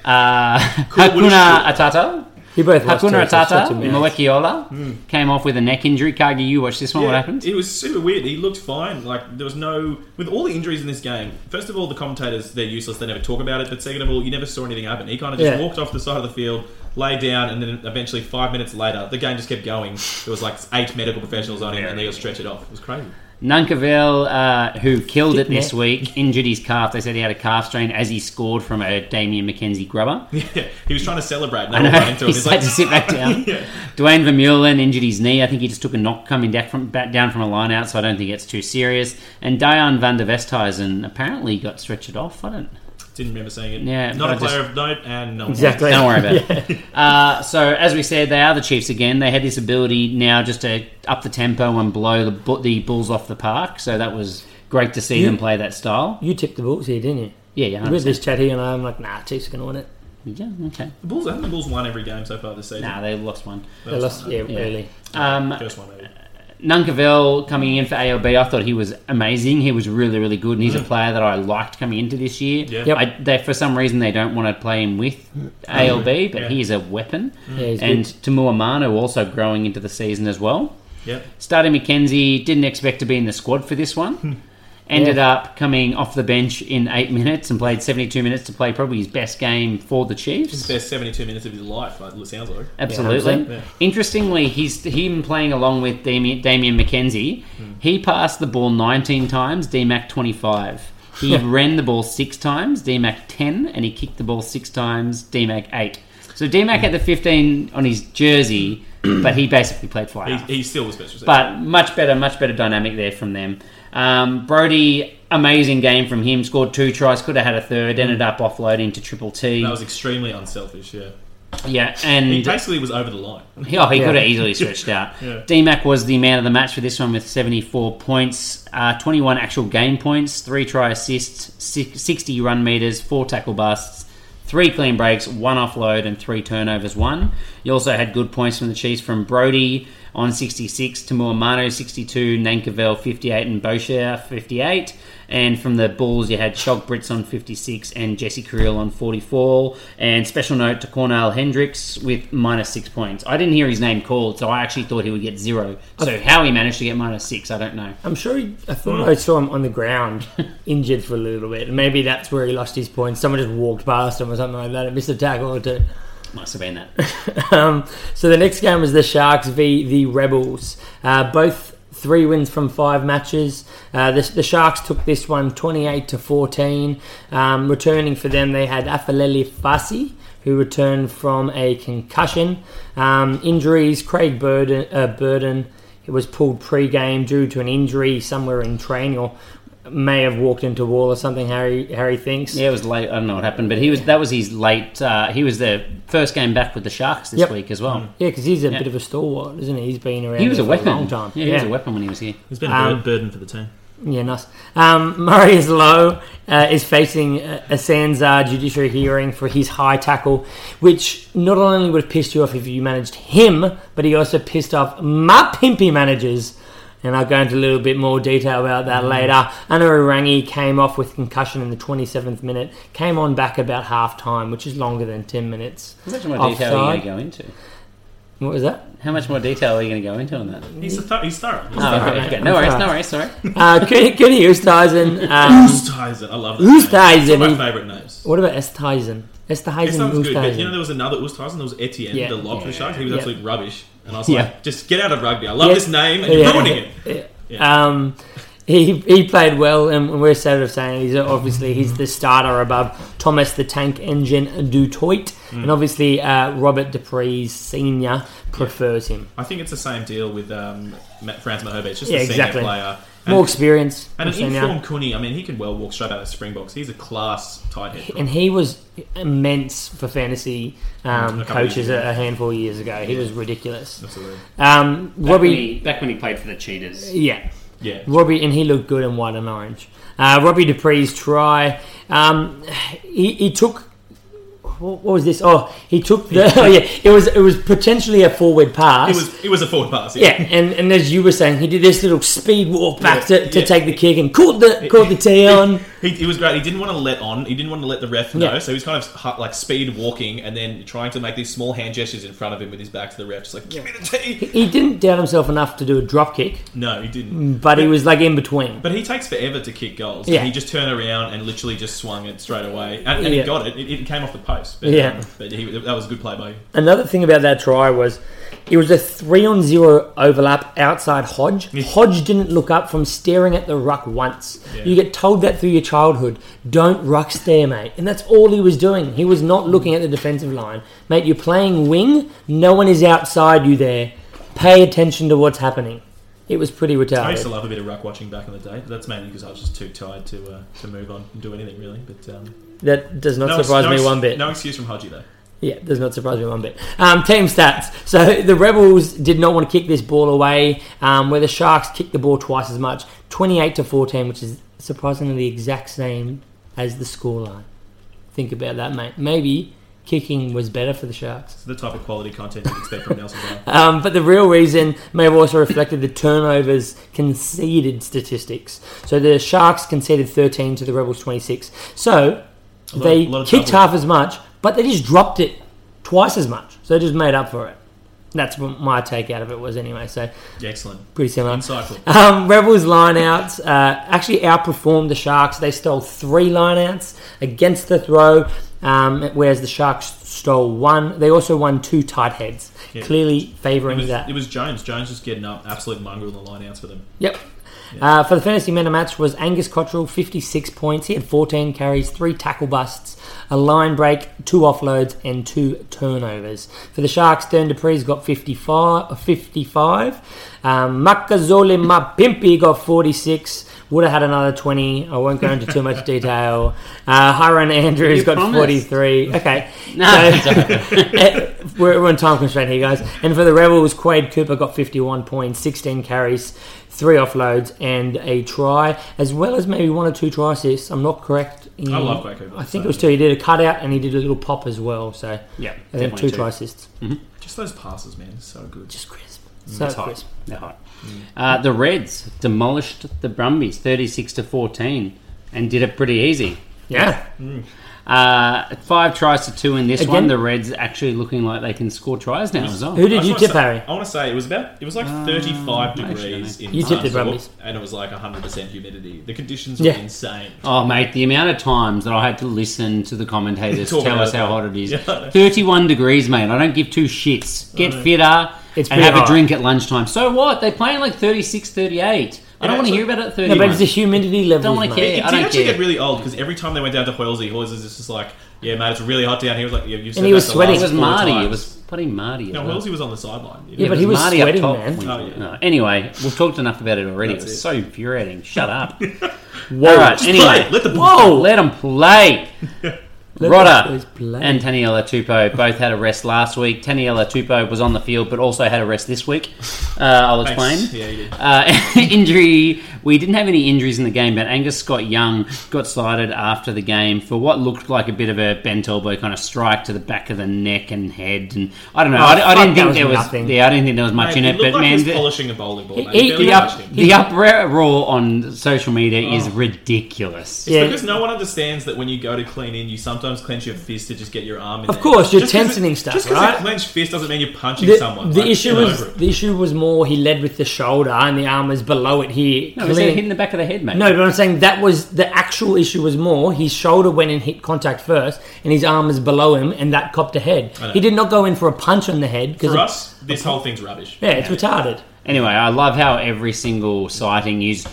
Speaker 7: Uh,
Speaker 4: would've
Speaker 7: Hakuna Atata,
Speaker 5: you both lost
Speaker 7: Hakuna
Speaker 5: to us, that's
Speaker 7: Atata,
Speaker 5: such a mess.
Speaker 7: Moekiola came off with a neck injury. Kagi, you watched this one. What
Speaker 4: Hmm. Yeah,
Speaker 7: happened?
Speaker 4: It was super weird. He looked fine. Like there was no with all the injuries in this game. First of all, the commentators they're useless. They never talk about it. But second of all, you never saw anything happen. He kind of just
Speaker 5: Yeah.
Speaker 4: walked off the side of the field, lay down, and then eventually five minutes later, the game just kept going. There was like eight medical professionals on him, and they got stretched it off. It was crazy. [laughs]
Speaker 7: Nankerville, uh, who killed it this
Speaker 5: Yeah.
Speaker 7: week, injured his calf. They said he had a calf strain as he scored from a Damien McKenzie grubber.
Speaker 4: Yeah, he was trying to celebrate. And
Speaker 7: I
Speaker 4: they
Speaker 7: know.
Speaker 4: all
Speaker 7: [laughs]
Speaker 4: ran into him.
Speaker 7: He's
Speaker 4: He's like,
Speaker 7: had to sit back down.
Speaker 4: [laughs] yeah.
Speaker 7: Dwayne Vermeulen injured his knee. I think he just took a knock coming back from back down from a line out, so I don't think it's too serious. And Dion van der Vesthuizen apparently got stretched off. I don't
Speaker 4: Didn't remember seeing it.
Speaker 7: Yeah,
Speaker 4: not
Speaker 7: I
Speaker 4: a player
Speaker 7: just-
Speaker 4: of note, and no one
Speaker 5: Exactly.
Speaker 7: Don't worry about it. Uh, so, as we said, they are the Chiefs again. They had this ability now just to up the tempo and blow the, bu- the Bulls off the park. So that was great to see them play that style.
Speaker 5: You tipped the Bulls here, didn't you?
Speaker 7: Yeah, yeah,
Speaker 5: With
Speaker 7: 100%.
Speaker 5: this chat here, and I'm like, nah, Chiefs are going to win it.
Speaker 7: yeah. Okay.
Speaker 4: The [laughs] Bulls. I think the Bulls won every game so far this season.
Speaker 7: Nah, they lost one.
Speaker 5: They lost, yeah,
Speaker 7: Yeah.
Speaker 5: really.
Speaker 7: Um,
Speaker 4: First one, maybe.
Speaker 7: Nunkavell coming in for ALB, I thought he was amazing. He was really, really good, and he's a player that I liked coming into this year.
Speaker 4: Yeah.
Speaker 5: Yep.
Speaker 7: I, they, for some reason, they don't want to play him with ALB, but
Speaker 4: Yeah.
Speaker 7: he is a weapon.
Speaker 5: Yeah, he's
Speaker 7: and
Speaker 5: good.
Speaker 7: Tamua Manu also growing into the season as well.
Speaker 4: Yep.
Speaker 7: Starting McKenzie didn't expect to be in the squad for this one. Ended
Speaker 5: Yeah.
Speaker 7: up coming off the bench in eight minutes and played 72 minutes to play probably his best game for the Chiefs.
Speaker 4: Best seventy-two minutes of his life. Like, it sounds like.
Speaker 7: Absolutely.
Speaker 5: 100%.
Speaker 4: Yeah.
Speaker 7: Interestingly, he's him playing along with Damien, Damien McKenzie. He passed the ball 19 times, DMAC 25. He ran the ball six times, DMAC 10, and he kicked the ball six times, DMAC 8. So DMAC had the 15 on his jersey, but he basically played flat.
Speaker 4: He, he still was best. receiver.
Speaker 7: But much better, much better dynamic there from them. Um, Brody, amazing game from him. Scored two tries, could have had a third. Ended up offloading to Triple T.
Speaker 4: that was extremely unselfish. Yeah.
Speaker 7: Yeah, and
Speaker 4: He basically was over the line.
Speaker 7: Oh, he
Speaker 5: Yeah.
Speaker 7: could have easily stretched out.
Speaker 4: [laughs] Yeah.
Speaker 7: DMAC was the man of the match for this one with 74 points, uh, 21 actual game points, 3 try assists, six- 60 run meters, 4 tackle busts, 3 clean breaks, 1 offload, and 3 turnovers won. You also had good points from the Chiefs from Brody on 66, Tamur Manu 62, Nankervell 58, and Bosher 58. And from the Bulls, you had Shock Brits on 56 and Jesse Creel on 44. And special note to Cornell Hendricks with minus six points. I didn't hear his name called, so I actually thought he would get zero. So how he managed to get minus six, I don't know.
Speaker 5: I'm sure he,
Speaker 7: Hmm.
Speaker 5: I thought I saw him on the ground [laughs] injured for a little bit. And maybe that's where he lost his points. Someone just walked past him or something like that and missed a tackle or two.
Speaker 7: Must have been that.
Speaker 5: [laughs] Um, so the next game was the Sharks v the Rebels. Uh, both three wins from five matches. Uh, the, the Sharks took this one 28 to 14. Um, returning for them, they had Afaleli Fasi. Who returned from a concussion? Um, injuries: Craig Burden, uh, Burden it was pulled pre-game due to an injury somewhere in training, or may have walked into a wall or something. Harry Harry thinks.
Speaker 7: Yeah, it was late. I don't know what happened, but he was that was his late. Uh, he was the first game back with the Sharks this
Speaker 5: Yep.
Speaker 7: week as well.
Speaker 5: Yeah, because he's a
Speaker 7: Yeah.
Speaker 5: bit of a stalwart, isn't he? He's been around.
Speaker 7: He was
Speaker 5: there
Speaker 7: a
Speaker 5: for
Speaker 7: weapon.
Speaker 5: long time.
Speaker 7: Yeah, he was a weapon when he was here.
Speaker 4: He's been a
Speaker 5: Um,
Speaker 4: bur- burden for the team.
Speaker 5: Yeah, nice. Um, [laughs] Murray is low, uh, is facing a, a Sanzar judiciary hearing for his high tackle, which not only would have pissed you off if you managed him, but he also pissed off my pimpy managers. And I'll go into a little bit more detail about
Speaker 4: Mm.
Speaker 5: that later. Anarurangi came off with concussion in the 27th minute, came on back about half time, which is longer than 10 minutes.
Speaker 7: How much more detail are you going to
Speaker 5: Offside.
Speaker 7: go into?
Speaker 5: What was that?
Speaker 7: How much more detail are you going to go into on that?
Speaker 4: He's, a th- he's thorough. He's
Speaker 7: Oh, okay, okay. No worries, no worries, sorry.
Speaker 5: Uh, [laughs] Cooney Ustaisen. Um,
Speaker 4: Oosthuizen. I love that.
Speaker 5: Oosthuizen,
Speaker 4: name. It's one
Speaker 5: he-
Speaker 4: of my favourite names.
Speaker 5: what about Esthuizen? Esthuizen
Speaker 4: Estein's good, but you know
Speaker 5: Ustaisen.
Speaker 4: there was another Oosthuizen. There was Etienne,
Speaker 5: Yeah.
Speaker 4: the lob for the Sharks. He was
Speaker 5: Yeah.
Speaker 4: absolute rubbish. And I was
Speaker 7: Yeah.
Speaker 4: like, just get out of rugby. I love
Speaker 5: Yeah.
Speaker 4: this name, and you're
Speaker 5: Yeah.
Speaker 4: ruining it.
Speaker 5: Um, he he played well, and we're sort of saying he's obviously
Speaker 4: Mm-hmm.
Speaker 5: he's the starter above Thomas the Tank Engine Dutoit,
Speaker 4: Mm.
Speaker 5: and obviously uh, Robert Dupree's senior prefers him.
Speaker 4: I think it's the same deal with um, Ma- Franz Mahobe. It's just
Speaker 5: Yeah,
Speaker 4: a senior
Speaker 5: exactly.
Speaker 4: player. And,
Speaker 5: More experience,
Speaker 4: and an
Speaker 5: than senior.
Speaker 4: informed Cooney, I mean, he can well walk straight out of Springboks. He's a class tight head.
Speaker 5: and he was immense for fantasy um,
Speaker 4: Mm, A couple of
Speaker 5: coaches
Speaker 4: years
Speaker 5: a, a handful of years ago. He was ridiculous.
Speaker 4: Absolutely.
Speaker 5: Um,
Speaker 7: Back when,
Speaker 5: Robbie,
Speaker 7: he, back when he played for the Cheaters.
Speaker 5: yeah.
Speaker 4: Yeah.
Speaker 5: Robbie, and he looked good in white and orange. Uh, Robbie Dupree's try, um, he, he took. What what was this? Oh, he took the. [laughs] Oh, yeah, it was it was potentially a forward pass.
Speaker 4: It was, it was a forward pass.
Speaker 5: yeah, and, and as you were saying, he did this little speed walk back
Speaker 4: Yeah,
Speaker 5: to, to
Speaker 4: yeah.
Speaker 5: take the kick and caught the caught the
Speaker 4: [laughs]
Speaker 5: tee on.
Speaker 4: He, he was great. He didn't want to let on. He didn't want to let the ref know.
Speaker 5: Yeah.
Speaker 4: So he was kind of hu- like speed walking and then trying to make these small hand gestures in front of him with his back to the ref. Just like, give me the
Speaker 5: [laughs]
Speaker 4: tee.
Speaker 5: He didn't doubt himself enough to do a drop kick,
Speaker 4: No, he didn't.
Speaker 5: but he was like in between.
Speaker 4: But he takes forever to kick goals.
Speaker 5: Mm. Yeah.
Speaker 4: And he just turned around and literally just swung it straight away. And, and
Speaker 5: Yeah.
Speaker 4: he got it. it. It came off the post. But,
Speaker 5: Yeah.
Speaker 4: um, but he, that was a good play by him.
Speaker 5: Another thing about that try was it was a three on zero overlap outside Hodge. Hodge didn't look up from staring at the ruck once. You get told that through your childhood. Don't ruck stare, mate. And that's all he was doing. He was not looking at the defensive line. Mate, you're playing wing, no one is outside you there. Pay attention to what's happening. It was pretty
Speaker 4: I used to
Speaker 5: retarded.
Speaker 4: love a bit of ruck watching back in the day. But that's mainly because I was just too tired to uh, to move on and do anything really. But um,
Speaker 5: That does not
Speaker 4: no ex-
Speaker 5: surprise
Speaker 4: no
Speaker 5: me
Speaker 4: ex-
Speaker 5: one bit.
Speaker 4: No excuse from Hodgie though.
Speaker 5: Yeah, does not surprise me one bit. Um, team stats. So the Rebels did not want to kick this ball away, um, where the Sharks kicked the ball twice as much, 28 to 14, which is surprisingly the exact same as the scoreline. Think about that, mate. Maybe kicking was better for the Sharks.
Speaker 4: It's the type of quality content you'd expect from Nelson
Speaker 5: [laughs]
Speaker 4: Brown.
Speaker 5: Um, but the real reason may have also reflected the turnovers conceded statistics. So the Sharks conceded 13 to the Rebels 26. So
Speaker 4: A lot-
Speaker 5: they
Speaker 4: a lot of
Speaker 5: kicked
Speaker 4: trouble.
Speaker 5: half as much, but they just dropped it twice as much. So they just made up for it. That's what my take out of it was anyway. So
Speaker 4: Excellent.
Speaker 5: pretty similar.
Speaker 4: Insightful.
Speaker 5: Um, Rebels lineouts uh, actually outperformed the Sharks. They stole three lineouts against the throw, um, whereas the Sharks stole one. They also won two tight heads,
Speaker 4: Yeah.
Speaker 5: clearly favouring
Speaker 4: It was,
Speaker 5: that.
Speaker 4: it was Jones. Jones was getting up, absolute mongrel in the lineouts for them.
Speaker 5: Yep. Uh, for the fantasy man of match was Angus Cottrell, 56 points. He had 14 carries, three tackle busts, a line break, two offloads, and two turnovers. For the Sharks, Dern Dupree's got 55. uh, 55. Um, Makazole Mapimpi got 46. Would have had another 20. I won't go into too much detail. Uh, Hiron Andrews
Speaker 7: You
Speaker 5: got
Speaker 7: promised.
Speaker 5: 43. Okay.
Speaker 7: No,
Speaker 5: So- [laughs] Eh, we're, we're on time constraint here, guys. And for the Rebels, Quade Cooper got 51 points, 16 carries, three offloads, and a try, as well as maybe one or two try assists. I'm not correct. In,
Speaker 4: I love Quade Cooper,
Speaker 5: I think
Speaker 4: so-
Speaker 5: it was two. He did a cutout and he did a little pop as well. So
Speaker 7: Yeah,
Speaker 5: and then
Speaker 7: definitely
Speaker 5: two
Speaker 7: two.
Speaker 5: try assists.
Speaker 4: Just those passes, man, so good.
Speaker 5: Just crisp. So
Speaker 7: hot.
Speaker 5: crisp.
Speaker 7: They're hot. Uh, the Reds demolished the Brumbies 36 to 14 and did it pretty easy.
Speaker 5: Yeah.
Speaker 7: Uh, five tries to two in this
Speaker 5: Again-
Speaker 7: one. The Reds actually looking like they can score tries now as well.
Speaker 5: Who did
Speaker 4: I
Speaker 5: you
Speaker 4: just
Speaker 5: tip,
Speaker 4: wanna say-
Speaker 5: Harry?
Speaker 4: I want to say it was about it was like 35
Speaker 7: Uh, actually
Speaker 4: degrees
Speaker 7: don't
Speaker 4: in
Speaker 5: You tipped it,
Speaker 4: Tarnal,
Speaker 5: Brumbies.
Speaker 4: and it was like 100 percent humidity. The conditions were
Speaker 5: Yeah.
Speaker 4: insane.
Speaker 7: Oh, mate, the amount of times that I had to listen to the commentators
Speaker 4: [laughs] Talk
Speaker 7: tell
Speaker 4: about
Speaker 7: us how
Speaker 4: that.
Speaker 7: hot it is.
Speaker 4: Yeah.
Speaker 7: 31 degrees, mate. I don't give two shits. Get fitter
Speaker 5: It's
Speaker 7: and
Speaker 5: pretty
Speaker 7: have
Speaker 5: hot.
Speaker 7: a drink at lunchtime. So what? They're playing like 36, 38. I don't want to
Speaker 4: actually-
Speaker 7: hear about it at
Speaker 5: No,
Speaker 7: 31.
Speaker 5: but it's the humidity level.
Speaker 7: Don't wanna care.
Speaker 4: It
Speaker 7: I
Speaker 4: did
Speaker 7: don't
Speaker 4: actually
Speaker 7: care.
Speaker 4: get really old because every time they went down to Hoylesy, Hoylesy was just like, "Yeah, mate, it's really hot down here." It was like, yeah, you've said
Speaker 5: he
Speaker 4: that
Speaker 5: was
Speaker 4: the
Speaker 5: sweating.
Speaker 4: last
Speaker 7: it was
Speaker 4: four
Speaker 7: Marty.
Speaker 4: times.
Speaker 7: It was bloody Marty. as
Speaker 4: no,
Speaker 7: well.
Speaker 4: Hoylesy was on the sideline. you
Speaker 5: Yeah,
Speaker 4: know.
Speaker 5: but
Speaker 7: It
Speaker 5: he was
Speaker 7: Marty
Speaker 5: sweating,
Speaker 7: up top.
Speaker 5: man.
Speaker 4: Oh, yeah.
Speaker 7: No, anyway, we've talked enough about it already.
Speaker 4: That's
Speaker 7: it was
Speaker 4: it.
Speaker 7: so infuriating. Shut
Speaker 4: [laughs]
Speaker 7: up. All right,
Speaker 4: Just
Speaker 7: anyway.
Speaker 4: play. Let the
Speaker 7: Whoa, let them play.
Speaker 5: Let
Speaker 7: Rodder
Speaker 5: those play.
Speaker 7: and Taniela Tupo both had a rest last week. Taniela Tupo was on the field, but also had a rest this week. Uh, I'll explain.
Speaker 4: Thanks. Yeah, you did.
Speaker 7: Uh, [laughs] injury. We didn't have any injuries in the game, but Angus Scott Young got cited after the game for what looked like a bit of a bent elbow kind of strike to the back of the neck and head. And I don't know. I, I
Speaker 5: Oh,
Speaker 7: didn't
Speaker 5: fuck, that
Speaker 7: think
Speaker 5: was
Speaker 7: there was.
Speaker 5: nothing.
Speaker 7: Yeah, I didn't think there was much
Speaker 4: Mate,
Speaker 7: in
Speaker 4: he
Speaker 7: it.
Speaker 4: looked
Speaker 7: But
Speaker 4: like he
Speaker 7: man,
Speaker 4: was
Speaker 7: the-
Speaker 4: polishing a bowling ball. mate.
Speaker 5: he-
Speaker 4: Barely
Speaker 5: he
Speaker 7: the,
Speaker 5: up-
Speaker 4: touched
Speaker 7: up,
Speaker 4: him.
Speaker 7: the uproar on social media is ridiculous.
Speaker 4: It's
Speaker 5: Yeah.
Speaker 4: because no one understands that when you go to clean in, you sometimes clench your fist to just get your arm in.
Speaker 5: Of
Speaker 4: there.
Speaker 5: course, you're
Speaker 4: Just 'cause
Speaker 5: tensing
Speaker 4: it-
Speaker 5: stuff,
Speaker 4: Just because
Speaker 5: right?
Speaker 4: a clenched fist doesn't mean you're punching
Speaker 5: The,
Speaker 4: someone.
Speaker 5: the
Speaker 4: Like,
Speaker 5: issue
Speaker 4: get
Speaker 5: was
Speaker 4: over it.
Speaker 5: the issue was more he led with the shoulder and the arm was below it here.
Speaker 7: No, is
Speaker 5: Clear-
Speaker 7: it hitting the back of the head, mate?
Speaker 5: No, but I'm saying that was the actual issue was more his shoulder went and hit contact first, and his arm is below him, and that copped a head.
Speaker 4: know.
Speaker 5: He did not go in for a punch on the head because
Speaker 4: for us. This whole thing's rubbish.
Speaker 5: yeah, it's retarded.
Speaker 7: Anyway, I love how every single sighting is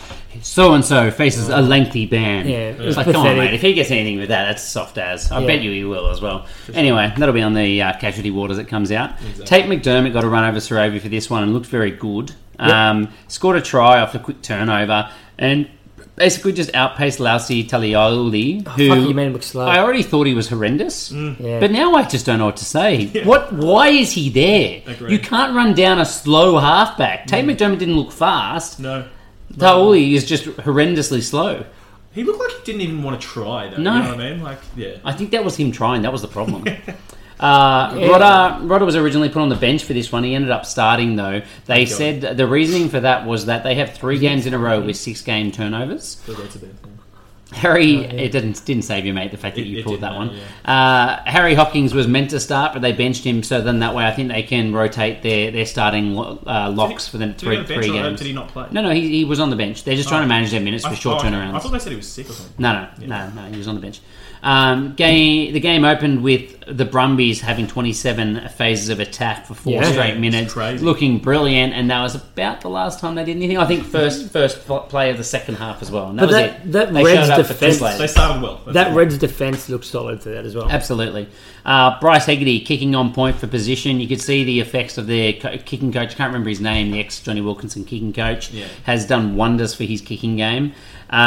Speaker 7: so and so faces a lengthy ban.
Speaker 5: Yeah, it was
Speaker 7: it's like come on,
Speaker 5: pathetic.
Speaker 7: mate. If he gets anything with that, that's soft as. I
Speaker 5: Yeah.
Speaker 7: bet you he will as well. Anyway, that'll be on the uh, casualty ward as it comes out. Tate McDermott got a run over Saravi for this one and looked very good. Um, scored a try after a quick turnover and basically just outpaced Lausi Talioli, who
Speaker 5: Oh, Fuck you, man, Mm. McSlow.
Speaker 7: I already thought he was horrendous,
Speaker 5: Yeah.
Speaker 7: but now I just don't know what to say. What? Why is he there?
Speaker 4: Agreed.
Speaker 7: You can't run down a slow halfback. Tate McDermott didn't look fast.
Speaker 4: No,
Speaker 7: Taoli is just horrendously slow.
Speaker 4: he looked like he didn't even want to try. Though,
Speaker 7: No.
Speaker 4: you know what I mean? Like, yeah,
Speaker 7: I think that was him trying. That was the
Speaker 4: [laughs]
Speaker 7: problem. Uh, Rodder, Rodder was originally put on the bench for this one. He ended up starting though. They said the reasoning for that was that they have three games in a row with six game turnovers.
Speaker 4: so that's a bad thing.
Speaker 7: Harry, it didn't didn't save you, mate. The fact that
Speaker 4: Oh, It-
Speaker 7: you
Speaker 4: it
Speaker 7: pulled
Speaker 4: didn't,
Speaker 7: that
Speaker 4: no,
Speaker 7: one. Uh, Harry Hawkins was meant to start, but they benched him. So then that way, I think they can rotate their their starting lo- uh, locks for the
Speaker 4: Did he
Speaker 7: three
Speaker 4: have a bench
Speaker 7: three
Speaker 4: or uh,
Speaker 7: games.
Speaker 4: Did he not play?
Speaker 7: No, no, he, he was on the bench. They're just trying to manage their minutes for
Speaker 4: I-
Speaker 7: short
Speaker 4: oh, okay.
Speaker 7: turnarounds.
Speaker 4: I thought they said he was sick or something.
Speaker 7: No, no, no, no. He was on the bench. Um, game, the game opened with the Brumbies having 27 phases of attack for four
Speaker 5: Yeah.
Speaker 7: straight
Speaker 4: Yeah,
Speaker 7: minutes,
Speaker 4: it's crazy.
Speaker 7: looking brilliant, and that was about the last time they did anything. I think first first pl- play of the second half as well, and that
Speaker 5: But
Speaker 7: was
Speaker 5: that-
Speaker 7: it.
Speaker 5: that
Speaker 7: They
Speaker 5: Reds
Speaker 7: showed up for two
Speaker 5: defense-
Speaker 7: plays.
Speaker 4: They started well. That's
Speaker 5: That
Speaker 4: all.
Speaker 5: Reds defense looked solid through that as well.
Speaker 7: Absolutely. Uh, Bryce Hegarty kicking on point for position. You could see the effects of their co- kicking coach. Can't remember his name. The ex Johnny Wilkinson kicking coach
Speaker 4: Yeah.
Speaker 7: has done wonders for his kicking game.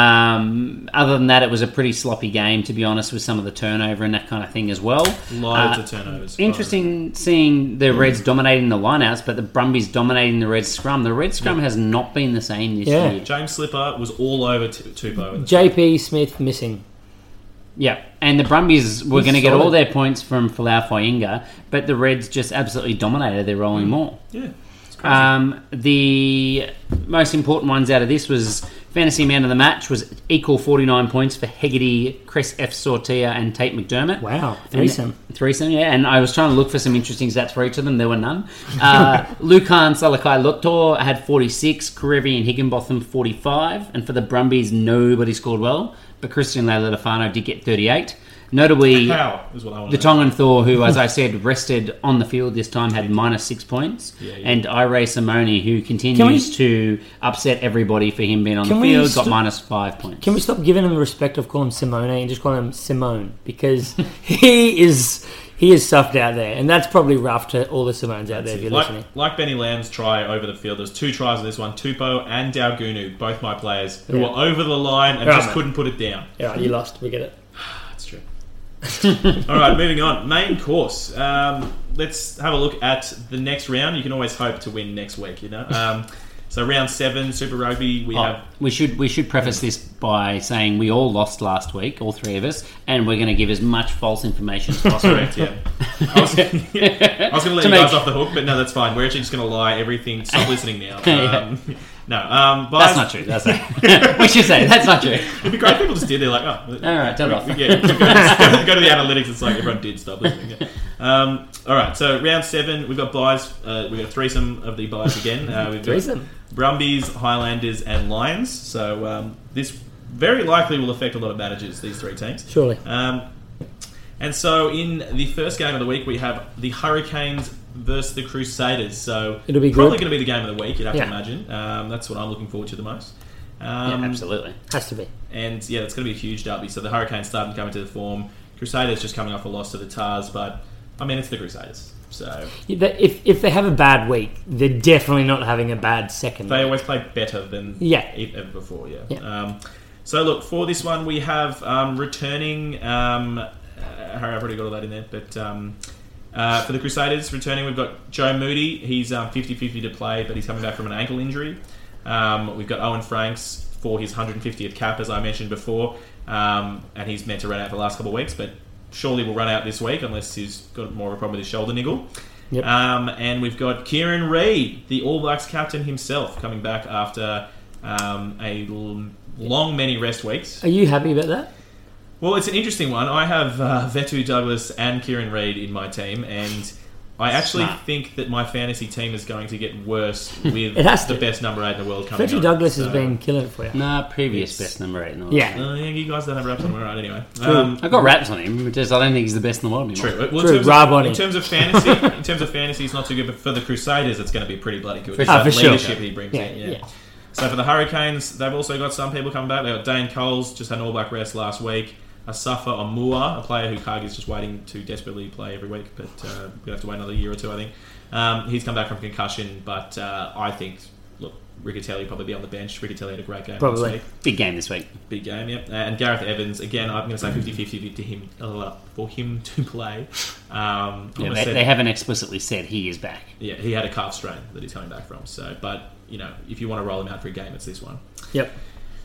Speaker 7: Um, other than that, it was a pretty sloppy game, to be honest, with some of the turnover and that kind of thing as well.
Speaker 4: loads
Speaker 7: Uh,
Speaker 4: of Mm. turnovers.
Speaker 7: Interesting seeing the Reds dominating the lineouts, but the Brumbies dominating the Reds scrum. The Reds scrum has not been the same this
Speaker 5: Yeah.
Speaker 7: year.
Speaker 4: James Slipper was all over Tu- Tupo.
Speaker 7: Mm.
Speaker 4: in the-
Speaker 5: JP Smith missing.
Speaker 7: Yeah, and the Brumbies were
Speaker 5: He's
Speaker 7: going to get
Speaker 5: solid.
Speaker 7: all their points from Falau Fainga, but the Reds just absolutely dominated their
Speaker 5: Mm.
Speaker 7: rolling more.
Speaker 4: Yeah, it's crazy.
Speaker 7: Um, the most important ones out of this was fantasy man of the match was equal 49 points for Hegarty, Chris F. Sortia, and Tate McDermott.
Speaker 5: Wow,
Speaker 7: And-
Speaker 5: threesome.
Speaker 7: threesome, yeah. And I was trying to look for some interesting stats for each of them. There were none.
Speaker 5: [laughs]
Speaker 7: Uh, Lucan Salakai Lottor had 46, Karevi and Higginbotham 45. And for the Brumbies, nobody scored well. But Christian Leilafano did get 38.
Speaker 5: [laughs]
Speaker 7: Notably,
Speaker 4: How is what I want
Speaker 7: the
Speaker 4: to know.
Speaker 7: Tongan Thor, who, as I said, rested on the field this time, had minus six points.
Speaker 4: Yeah, yeah.
Speaker 7: And Iray Simoni, who
Speaker 5: Can we-
Speaker 7: continues to upset everybody for him being on the
Speaker 5: Can we
Speaker 7: field,
Speaker 5: st-
Speaker 7: got minus five points.
Speaker 5: Can we stop giving him the respect of calling him Simone and just call him Simone because [laughs] he is he is stuffed out there, and that's probably rough to all the Simones out there if you're listening.
Speaker 4: Like, like Benny Lamb's try over the field, there's two tries in this one. Tupo and Dalgunu, both my players, who
Speaker 5: Yeah.
Speaker 4: were over the line and
Speaker 5: Right,
Speaker 4: just
Speaker 5: mate.
Speaker 4: couldn't put it down.
Speaker 5: All right, you lost. We get it.
Speaker 4: [laughs]
Speaker 7: [laughs]
Speaker 4: That's true. All right, moving on. Main course. Um, let's have a look at the next round. You can always hope to win next week, you
Speaker 7: [laughs]
Speaker 4: know. Um, so round seven, Super Rugby. We
Speaker 7: Oh,
Speaker 4: have
Speaker 7: we should we should preface this by saying we all lost last week, all three of us, and we're going to give as much false information as
Speaker 4: [laughs]
Speaker 7: possible.
Speaker 4: correct,
Speaker 7: [laughs]
Speaker 4: yeah. [laughs] I was, I was going to let
Speaker 7: To
Speaker 4: you
Speaker 7: make-
Speaker 4: guys off the hook, but no, that's fine. We're actually just going to lie
Speaker 7: [laughs]
Speaker 4: everything. Stop listening now. Um, [laughs] No, um, but
Speaker 7: That's not true. That's not, [laughs] we should say that's not true.
Speaker 4: [laughs] It'd be great if people just did. They're like, oh,
Speaker 7: All right, turn it off.
Speaker 4: yeah,
Speaker 5: [laughs]
Speaker 4: go, go- go to the analytics. It's like everyone did stop listening. Yeah. Um, all right, so round seven, we've got buys. Uh, we've got a threesome of the buys again. Uh, we've
Speaker 5: Threesome.
Speaker 4: got Brumbies, Highlanders, and Lions. So um, this very likely will affect a lot of managers. These three teams,
Speaker 5: Surely.
Speaker 4: Um, and so in the first game of the week, we have the Hurricanes versus the Crusaders. So
Speaker 5: It'll be
Speaker 4: probably
Speaker 5: good.
Speaker 4: going to be the game of the week. You'd have
Speaker 5: Yeah.
Speaker 4: to imagine. Um, that's what I'm looking forward to the most.
Speaker 7: Yeah,
Speaker 4: Um,
Speaker 7: absolutely.
Speaker 5: Has to be.
Speaker 4: and yeah, it's going to be a huge derby. So the Hurricanes starting coming to the form. Crusaders just coming off a loss to the Tars, but I mean it's the Crusaders. So
Speaker 5: If, if they have a bad week, they're definitely not having a bad second.
Speaker 4: they always play better than
Speaker 5: Yeah.
Speaker 4: e- ever before. Yeah.
Speaker 5: Yeah.
Speaker 4: Um, so look for this one, we have um, returning. Um, uh, Harry, I've already got all that in there, but um, uh, for the Crusaders returning, we've got Joe Moody. He's um, 50-50 to play, but he's coming back from an ankle injury. Um, we've got Owen Franks for his 150th cap, as I mentioned before, um, and he's meant to run out for the last couple of weeks, but surely will run out this week unless he's got more of a problem with his shoulder niggle.
Speaker 5: Yep.
Speaker 4: Um, and we've got Kieran Reid, the All Blacks captain himself, coming back after um, a l- long many rest weeks.
Speaker 5: Are you happy about that?
Speaker 4: Well, it's an interesting one. I have uh, Vetu Douglas and Kieran Reid in my team, and I actually
Speaker 7: Smart.
Speaker 4: think that my fantasy team is going to get
Speaker 5: [laughs]
Speaker 4: worse with
Speaker 5: It has
Speaker 4: the
Speaker 5: to.
Speaker 4: best number eight in the world coming.
Speaker 5: Fletcher
Speaker 4: up.
Speaker 5: Douglas has
Speaker 4: So-
Speaker 5: been killing it for you.
Speaker 7: No, previous
Speaker 4: It's-
Speaker 7: best number eight in the world.
Speaker 5: Yeah.
Speaker 4: Uh, yeah, you guys don't have wraps on him, all right? Anyway, um,
Speaker 7: I've got raps on him, which is I don't think he's the best in the world anymore.
Speaker 4: true. Well,
Speaker 5: True,
Speaker 4: In terms,
Speaker 5: Rob
Speaker 4: of,
Speaker 5: on
Speaker 4: in
Speaker 5: it.
Speaker 4: terms of
Speaker 5: [laughs]
Speaker 4: fantasy, in terms of fantasy, it's not too good, but for the Crusaders, it's going to be pretty bloody good.
Speaker 7: For
Speaker 4: That
Speaker 5: sure. Ah, for sure.
Speaker 4: leadership he brings
Speaker 5: Yeah,
Speaker 4: in, yeah.
Speaker 5: yeah.
Speaker 4: So for the Hurricanes, they've also got some people coming back. They've got Dane Coles, just had an all black rest last week. Asafa Omua, a player who Kagi's just waiting to desperately play every week, but uh, we're going to have to wait another year or two, I think. Um, he's come back from concussion, but uh, I think, look, Riccatelli will probably be on the bench. Riccatelli had a great game
Speaker 5: Probably.
Speaker 4: last week.
Speaker 7: Big game this week.
Speaker 4: Big game, yep. Uh, And Gareth Evans, again, I'm going to say 50 50 to him, uh, for him to [laughs] play. Um, I
Speaker 7: Yeah,
Speaker 4: almost
Speaker 7: they,
Speaker 4: said-
Speaker 7: they haven't explicitly said he is back.
Speaker 4: yeah, he had a calf strain that he's coming back from. So, But, you know, if you want to roll him out for a game, it's this one.
Speaker 5: Yep.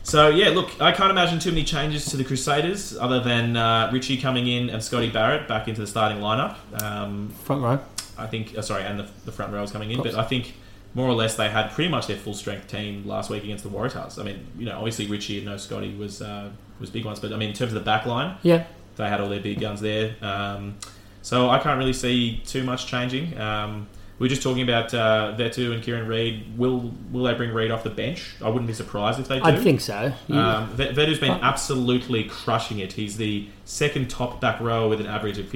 Speaker 4: So yeah, look, I can't imagine too many changes to the Crusaders other than uh, Richie coming in and Scotty Barrett back into the starting lineup. Um,
Speaker 5: Front row.
Speaker 4: I think, uh, sorry, and the, the front row is coming in, but I think more or less they had pretty much their full strength team last week against the Waratahs. I mean, you know, obviously Richie and no Scotty was uh, was big ones, but I mean in terms of the back line,
Speaker 5: Yeah.
Speaker 4: they had all their big guns there. Um, so I can't really see too much changing. Um, we were just talking about uh, Vetu and Kieran Reid. Will will they bring Reid off the bench? I wouldn't be surprised if they do.
Speaker 5: I'd think so. [laughs]
Speaker 4: Um, Ve- Vedu's been absolutely crushing it. He's the second top back rower with an average of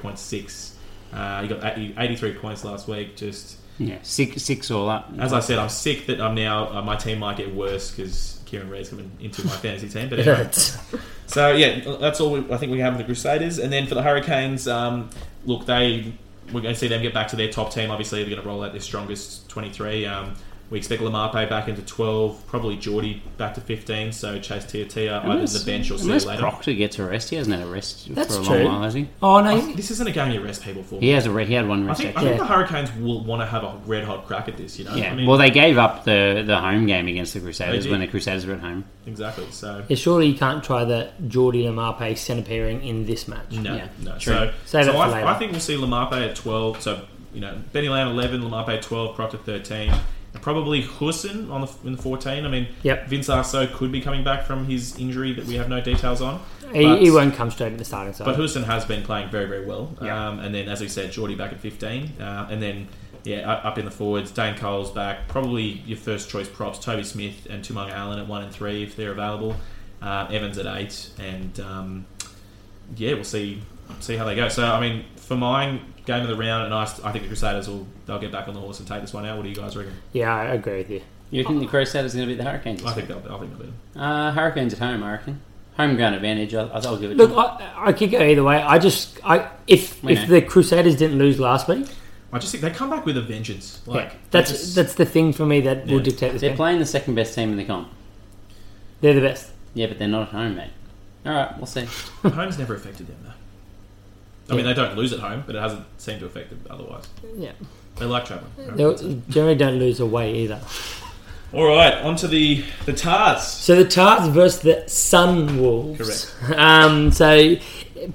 Speaker 4: 53.6. Uh, he got 80 83 points last week. Just
Speaker 7: Yeah, six six all up.
Speaker 4: as I said, I'm sick that I'm now uh, my team might get worse because Kieran Reid's coming into my fantasy team.
Speaker 5: [laughs]
Speaker 4: But anyway, so yeah, that's all we, I think we have with the Crusaders. And then for the Hurricanes, um, look, they we're going to see them get back to their top team. Obviously, they're going to roll out their strongest 23. Um, we expect Lamarpe back into 12, probably Geordie back to 15. So Chase Tiatia either to Uh, the bench or see
Speaker 7: unless
Speaker 4: later.
Speaker 7: Proctor gets a rest, he hasn't had a rest
Speaker 5: That's
Speaker 7: for a
Speaker 5: true.
Speaker 7: long while, has he?
Speaker 5: Oh, no.
Speaker 4: This isn't a game you rest people for.
Speaker 7: He has a re- he had one
Speaker 4: I
Speaker 7: rest.
Speaker 4: think, I
Speaker 7: actually.
Speaker 4: think
Speaker 5: Yeah.
Speaker 4: the Hurricanes will want to have a red hot crack at this. You know,
Speaker 7: yeah.
Speaker 4: I mean,
Speaker 7: well, they gave up the, the home game against the Crusaders
Speaker 4: They did.
Speaker 7: when the Crusaders were at home.
Speaker 4: exactly. So
Speaker 5: Yeah, surely you can't try the Geordie Lamarpe centre pairing in this match.
Speaker 4: No,
Speaker 7: Yeah,
Speaker 4: no.
Speaker 7: true.
Speaker 4: So,
Speaker 5: Save
Speaker 4: so
Speaker 5: it for
Speaker 4: I,
Speaker 5: later.
Speaker 4: I think we'll see Lamarpe at 12. So, you know, Benny Lamb 11, Lamarpe at 12, Proctor 13. And probably Hussen on the, in the 14. I mean,
Speaker 5: Yep.
Speaker 4: Vince Arso could be coming back from his injury that we have no details on.
Speaker 5: He,
Speaker 4: But-
Speaker 5: he won't come straight in the starting side.
Speaker 4: But Hussen has been playing very, very well.
Speaker 5: Yeah.
Speaker 4: Um, and then, as we said, Geordie back at 15. Uh, and then, yeah, u- up in the forwards, Dane Cole's back. Probably your first choice props, Toby Smith and Tumanga Allen at 1 and 3 if they're available. Uh, Evans at 8. And, um, yeah, we'll see see how they go. So, I mean, for mine, game of the round, and I, s- I think the Crusaders will they'll get back on the horse and take this one out. What do you guys reckon?
Speaker 5: yeah, I agree with you.
Speaker 7: You think the Crusaders are going to beat the Hurricanes?
Speaker 4: I think they'll, I think they'll be.
Speaker 7: Uh, Hurricanes at home, I reckon. Home ground advantage. I, I'll give it.
Speaker 5: Look,
Speaker 7: to them.
Speaker 5: I, I could go either way. I just, I if
Speaker 7: We
Speaker 5: if
Speaker 7: know.
Speaker 5: the Crusaders didn't lose last week,
Speaker 4: I just think they come back with a vengeance. Like
Speaker 5: yeah,
Speaker 4: they
Speaker 5: that's
Speaker 4: just-
Speaker 5: that's the thing for me that will
Speaker 4: Yeah.
Speaker 5: dictate this
Speaker 7: they're
Speaker 5: game.
Speaker 7: playing the second best team in the comp.
Speaker 5: They're the best.
Speaker 7: Yeah, but they're not at home, mate. All right, we'll see.
Speaker 4: home's never affected them though. I mean, they don't lose at home, but it hasn't seemed to affect them otherwise.
Speaker 5: Yeah.
Speaker 4: They like travelling.
Speaker 5: They generally don't lose away either.
Speaker 4: All right, on to the the Tars.
Speaker 5: So the Tarts versus the Sun Wolves.
Speaker 4: Correct.
Speaker 5: [laughs] Um, so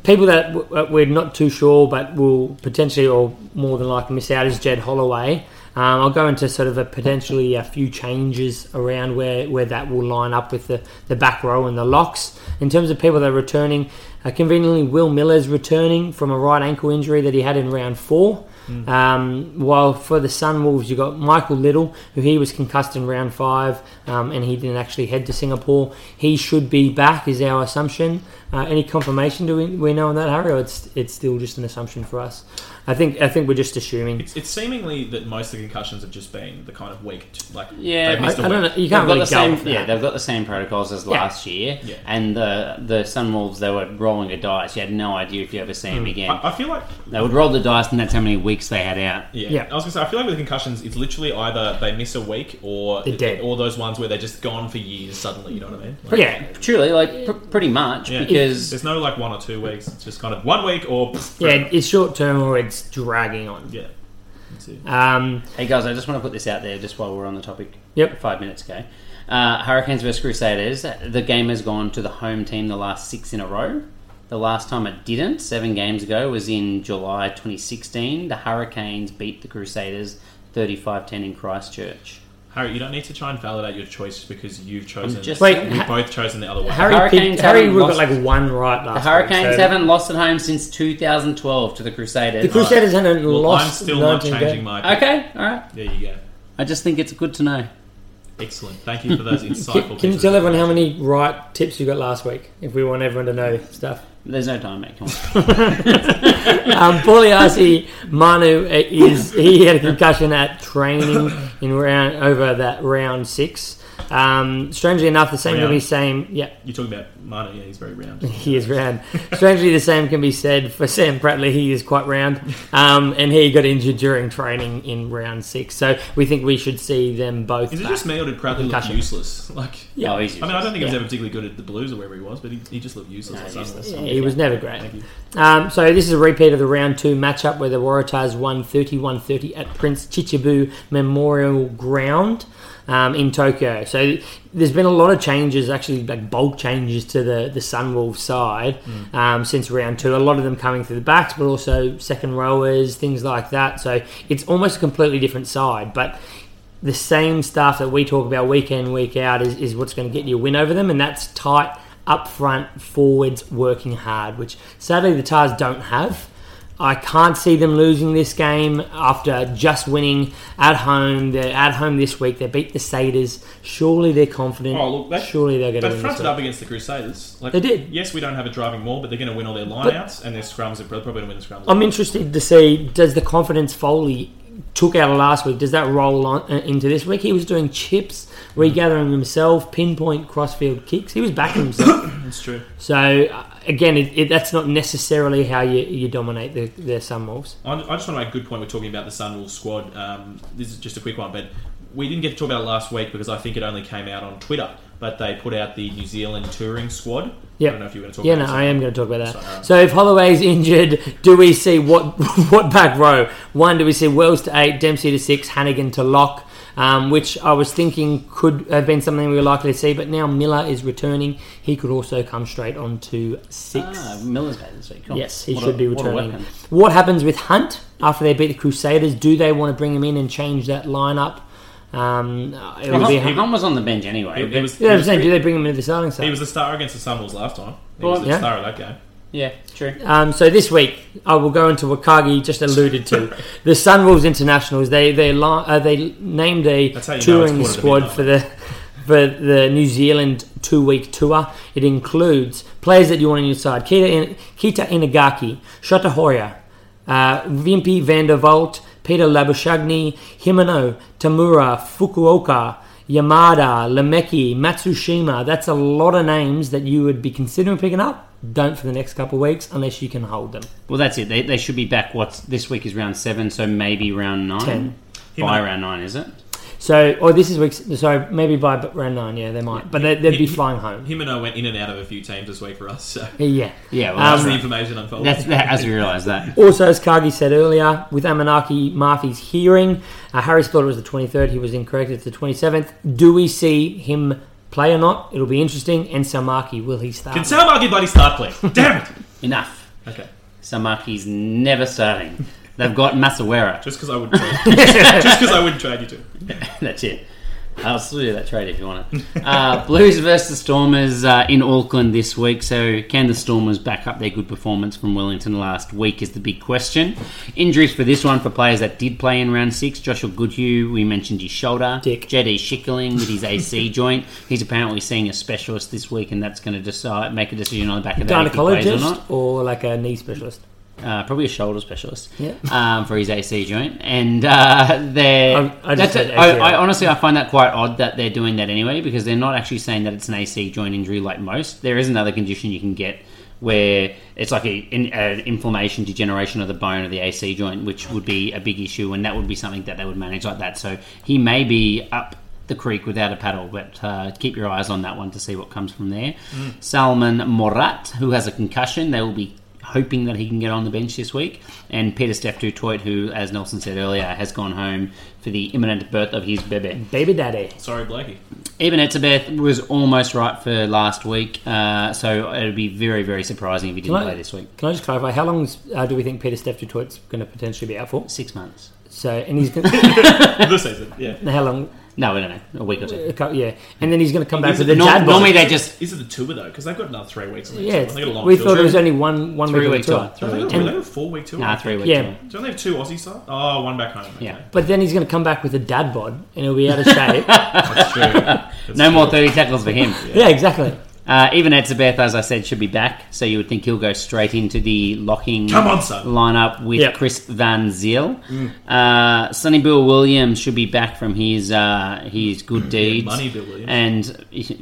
Speaker 5: people that w- we're not too sure, but will potentially or more than likely miss out is Jed Holloway. Um, I'll go into sort of a potentially a few changes around where, where that will line up with the, the back row and the locks. In terms of people that are returning, uh, conveniently Will Miller's returning from a right ankle injury that he had in round four. Um, while for the Sun Wolves, you've got Michael Little, who he was concussed in round five um, and he didn't actually head to Singapore. He should be back, is our assumption. Uh, any confirmation do we, we know on that, Harry, or it's, it's still just an assumption for us? I think I think we're just assuming.
Speaker 4: It's, it's seemingly that most of the concussions have just been the kind of week, t- like
Speaker 7: Yeah,
Speaker 5: I,
Speaker 4: they
Speaker 5: I
Speaker 4: missed a
Speaker 5: don't
Speaker 4: week.
Speaker 5: know. You
Speaker 7: They've
Speaker 5: can't
Speaker 7: got the
Speaker 5: really go
Speaker 7: same,
Speaker 5: off that.
Speaker 7: yeah, they've got the same protocols as last year,
Speaker 4: Yeah.
Speaker 7: and the the Sunwolves they were rolling a dice. You had no idea if you ever see them again.
Speaker 4: Hmm. I, I feel like
Speaker 7: they would roll the dice, and that's how many weeks they had out.
Speaker 4: yeah.
Speaker 5: Yeah.
Speaker 4: I was gonna say I feel like with concussions, it's literally either they miss a week or
Speaker 5: They're dead.
Speaker 4: or those ones where they're just gone for years suddenly. You know what I mean? Like,
Speaker 5: Yeah,
Speaker 7: Truly, like pr- pretty much
Speaker 4: Yeah.
Speaker 7: because
Speaker 4: There's no like one or two weeks. It's just kind of one week or [laughs]
Speaker 5: yeah, it's short term or it's dragging on.
Speaker 4: yeah. That's it.
Speaker 5: Um,
Speaker 7: hey guys, I just want to put this out there just while we're on the topic.
Speaker 5: Yep.
Speaker 7: five minutes ago, uh, Hurricanes versus Crusaders. The game has gone to the home team the last six in a row. The last time it didn't, seven games ago, was in July 2016. The Hurricanes beat the Crusaders 35-10 in Christchurch.
Speaker 4: Harry, you don't need to try and validate your choice because you've chosen.
Speaker 7: just-
Speaker 5: Wait,
Speaker 4: we've both chosen the other way.
Speaker 5: Harry,
Speaker 7: Hurricanes
Speaker 5: picked- Harry
Speaker 7: haven't
Speaker 5: would have got
Speaker 7: lost-
Speaker 5: like one right last
Speaker 7: The Hurricanes
Speaker 5: week, so-
Speaker 7: haven't lost at home since 2012 to the Crusaders.
Speaker 5: The Crusaders haven't
Speaker 4: well,
Speaker 5: lost.
Speaker 4: I'm still not
Speaker 5: 19
Speaker 4: changing
Speaker 5: games.
Speaker 4: my.
Speaker 7: Okay, all right.
Speaker 4: There you go.
Speaker 7: I just think it's good to know.
Speaker 4: Excellent. Thank you
Speaker 5: [laughs]
Speaker 4: for those insightful.
Speaker 5: Can, can you
Speaker 4: pieces.
Speaker 5: tell everyone how many right tips you got last week? If we want everyone to know stuff.
Speaker 7: There's no time, mate. Come on.
Speaker 5: Um, Poliasi Manu uh, is he had a concussion at training in round over that round six. Um, strangely enough, the same can be
Speaker 4: Round.
Speaker 5: same. Yeah,
Speaker 4: You're talking about Manu. Yeah, he's very round.
Speaker 5: he is round. Strangely, the same can be said for Sam Prattley. He is quite round, um, and he got injured during training in round six. So we think we should see them both.
Speaker 4: Is it
Speaker 5: back.
Speaker 4: just me or did Proudly look
Speaker 5: Concussion.
Speaker 4: useless? [laughs] Like,
Speaker 7: Yeah, oh, he's
Speaker 4: I mean, I don't think he was
Speaker 5: Yeah.
Speaker 4: ever particularly good at the Blues or wherever he was, but he, he just looked useless.
Speaker 7: No,
Speaker 4: at some
Speaker 7: useless.
Speaker 4: level.
Speaker 5: Yeah, he was never great.
Speaker 4: Thank you.
Speaker 5: Um, so this is a repeat of the round two matchup where the Waratahs won 31-30 at Prince Chichibu Memorial Ground um, in Tokyo. So there's been a lot of changes, actually like bulk changes to the the Sunwolves side
Speaker 4: Mm.
Speaker 5: um, since round two. A lot of them coming through the backs, but also second rowers, things like that. So it's almost a completely different side, but the same stuff that we talk about week in, week out is, is what's going to get you a win over them, and that's tight up front forwards working hard, which sadly the Tars don't have. I can't see them losing this game after just winning at home. They're at home this week. They beat the Satyrs. Surely they're confident.
Speaker 4: Oh, look, they-
Speaker 5: Surely they're going to
Speaker 4: They
Speaker 5: win this
Speaker 4: fronted
Speaker 5: week.
Speaker 4: up against the Crusaders. Like,
Speaker 5: They did.
Speaker 4: Yes, we don't have a driving maul, but they're going to win all their lineouts and their scrums. They're probably going to win the scrums.
Speaker 5: I'm interested to see does the confidence Foley took out of last week does that roll on uh, into this week? He was doing chips, regathering himself, pinpoint crossfield kicks. He was backing himself. [coughs]
Speaker 4: It's true.
Speaker 5: so uh, again, it, it, that's not necessarily how you, you dominate the, the Sun Wolves.
Speaker 4: I I just want to make a good point. We're talking about the Sunwolves squad. Um, this is just a quick one, but we didn't get to talk about it last week because I think it only came out on Twitter. But they put out the New Zealand touring squad.
Speaker 5: Yeah.
Speaker 4: I don't know if you want to talk
Speaker 5: Yeah,
Speaker 4: about
Speaker 5: no,
Speaker 4: it.
Speaker 5: I am going to talk about
Speaker 4: Sorry,
Speaker 5: that. So if Holloway's injured, do we see what [laughs] what back row? One, do we see Wells to eight, Dempsey to six, Hannigan to lock, um, which I was thinking could have been something we were likely to see, but now Miller is returning. He could also come straight on to six.
Speaker 7: Ah, Miller's back this week. Cool.
Speaker 5: Yes, he
Speaker 7: What
Speaker 5: should
Speaker 7: a-
Speaker 5: be
Speaker 7: what a
Speaker 5: returning.
Speaker 7: weapon.
Speaker 5: What happens with Hunt after they beat the Crusaders? Do they want to bring him in and change that lineup? Um, it would be.
Speaker 7: Hunt was on the bench anyway.
Speaker 4: He- he
Speaker 7: but-
Speaker 4: was-
Speaker 5: Yeah, I'm saying, do they bring him into the starting side?
Speaker 4: He was the star against the Sunwolves last time. He was the
Speaker 5: Yeah.
Speaker 4: star of that game.
Speaker 7: yeah, true.
Speaker 5: Um, so this week, I will go into what Kagi just alluded
Speaker 4: [laughs]
Speaker 5: to. the Sunwolves Internationals. They they li- uh, they named a
Speaker 4: That's how you know
Speaker 5: touring
Speaker 4: it's quarter to
Speaker 5: squad
Speaker 4: midnight.
Speaker 5: for the for the New Zealand two week tour. It includes players that you want on your side: Kita, In- Kita Inagaki, Shota Horia, uh, Vimpy van der Volt, Peter Labushagni, Himeno, Tamura, Fukuoka, Yamada, Lemeki, Matsushima. That's a lot of names that you would be considering picking up. Don't for the next couple of weeks unless you can hold them.
Speaker 7: Well, that's it. They, they should be back. What's this week is round seven, so maybe round nine.
Speaker 5: Ten.
Speaker 7: By round nine, is it?
Speaker 5: So, or this is week. So maybe by b- round nine, yeah, they might, but they, they'd be flying home.
Speaker 4: Him and I went in and out of a few teams this week for us, so
Speaker 5: Yeah.
Speaker 7: Yeah, well,
Speaker 5: Um,
Speaker 4: that's the information
Speaker 7: [laughs]
Speaker 4: unfolding.
Speaker 7: that's, that, as we realise that.
Speaker 5: Also, as Kagi said earlier, with Amanaki Marfi's hearing, uh, Harry thought it was the 23rd. He was incorrect. It's the 27th. Do we see him play or not? It'll be interesting. And Samaki, will he start?
Speaker 4: Can Salamaki bloody start
Speaker 5: [laughs]
Speaker 4: playing? Damn it!
Speaker 7: Enough.
Speaker 4: Okay,
Speaker 7: Samaki's never starting. They've got Masawera.
Speaker 4: just because I wouldn't
Speaker 5: [laughs]
Speaker 4: trade Just because I wouldn't trade you two.
Speaker 7: [laughs] That's it. I'll still do that trade if you want it. Uh, Blues versus Stormers uh, in Auckland this week. So, can the Stormers back up their good performance from Wellington last week? Is the big question. Injuries for this one for players that did play in round six Joshua Goodhue, we mentioned his shoulder.
Speaker 5: Dick.
Speaker 7: JD Schickling with his
Speaker 5: [laughs]
Speaker 7: AC joint. He's apparently seeing a specialist this week, and that's going to decide make a decision on the back of that. if he plays or not.
Speaker 5: Gynecologist or like a knee specialist?
Speaker 7: uh, probably a shoulder specialist
Speaker 5: Yeah.
Speaker 7: um, for his AC joint, and uh, they're.
Speaker 5: I- I
Speaker 7: that's
Speaker 5: just said
Speaker 7: a- I-
Speaker 5: ACL.
Speaker 7: I honestly I find that quite odd that they're doing that anyway because they're not actually saying that it's an AC joint injury like most. There is another condition you can get where it's like a, an, an inflammation degeneration of the bone of the AC joint, which would be a big issue, and that would be something that they would manage like that. So he may be up. The creek without a paddle, but uh, keep your eyes on that one to see what comes from there. Salman Morat, who has a concussion, they will be hoping that he can get on the bench this week. And Peter Steph Toit, who, as Nelson said earlier, has gone home for the imminent birth of his bebe.
Speaker 5: Baby daddy.
Speaker 4: Sorry, Blakey.
Speaker 7: Eben Etzebeth was almost right for last week, uh, so it would be very, very surprising if he didn't
Speaker 5: Can I-
Speaker 7: play this week.
Speaker 5: Can I just clarify? How long uh, do we think Peter Steph Detroit's going to potentially be out for?
Speaker 7: Six months.
Speaker 5: So, and he's going to.
Speaker 4: This season, yeah.
Speaker 5: [laughs] how long?
Speaker 7: No, we don't know. A week or two.
Speaker 5: a cou- Yeah. And then he's going to come back
Speaker 4: Is
Speaker 5: with
Speaker 4: it
Speaker 5: the
Speaker 7: Nor-
Speaker 5: dad bod.
Speaker 7: normally they just
Speaker 4: These are the tour though, because they've got another three weeks. on their
Speaker 5: Yeah.
Speaker 4: tour. They got a
Speaker 5: it's-
Speaker 4: long
Speaker 5: We
Speaker 4: tour.
Speaker 5: thought it was only one, one
Speaker 7: three
Speaker 5: week
Speaker 7: week
Speaker 5: of the tour.
Speaker 7: tour.
Speaker 4: Don't
Speaker 7: Three
Speaker 4: they
Speaker 7: week
Speaker 4: got
Speaker 7: tour.
Speaker 4: a four week tour?
Speaker 7: Nah, Ah, three week
Speaker 5: Yeah.
Speaker 7: tour.
Speaker 4: Don't they have two Aussie sides? Oh, one back home. okay.
Speaker 7: Yeah.
Speaker 5: But then he's going to come back with a dad bod and he'll be out of
Speaker 7: [laughs]
Speaker 5: shape. [laughs]
Speaker 4: That's true. That's
Speaker 7: No
Speaker 4: true.
Speaker 7: more 30 tackles for [laughs] him.
Speaker 5: yeah, exactly.
Speaker 7: Uh, even Etzebeth, as I said, should be back, so you would think he'll go straight into the locking
Speaker 4: Come on, son. Mm.
Speaker 7: lineup with
Speaker 5: Yeah.
Speaker 7: Chris Van Ziel. Uh, Sonny Bill Williams should be back from his uh, his good deeds.
Speaker 4: Mm, money, Bill Williams.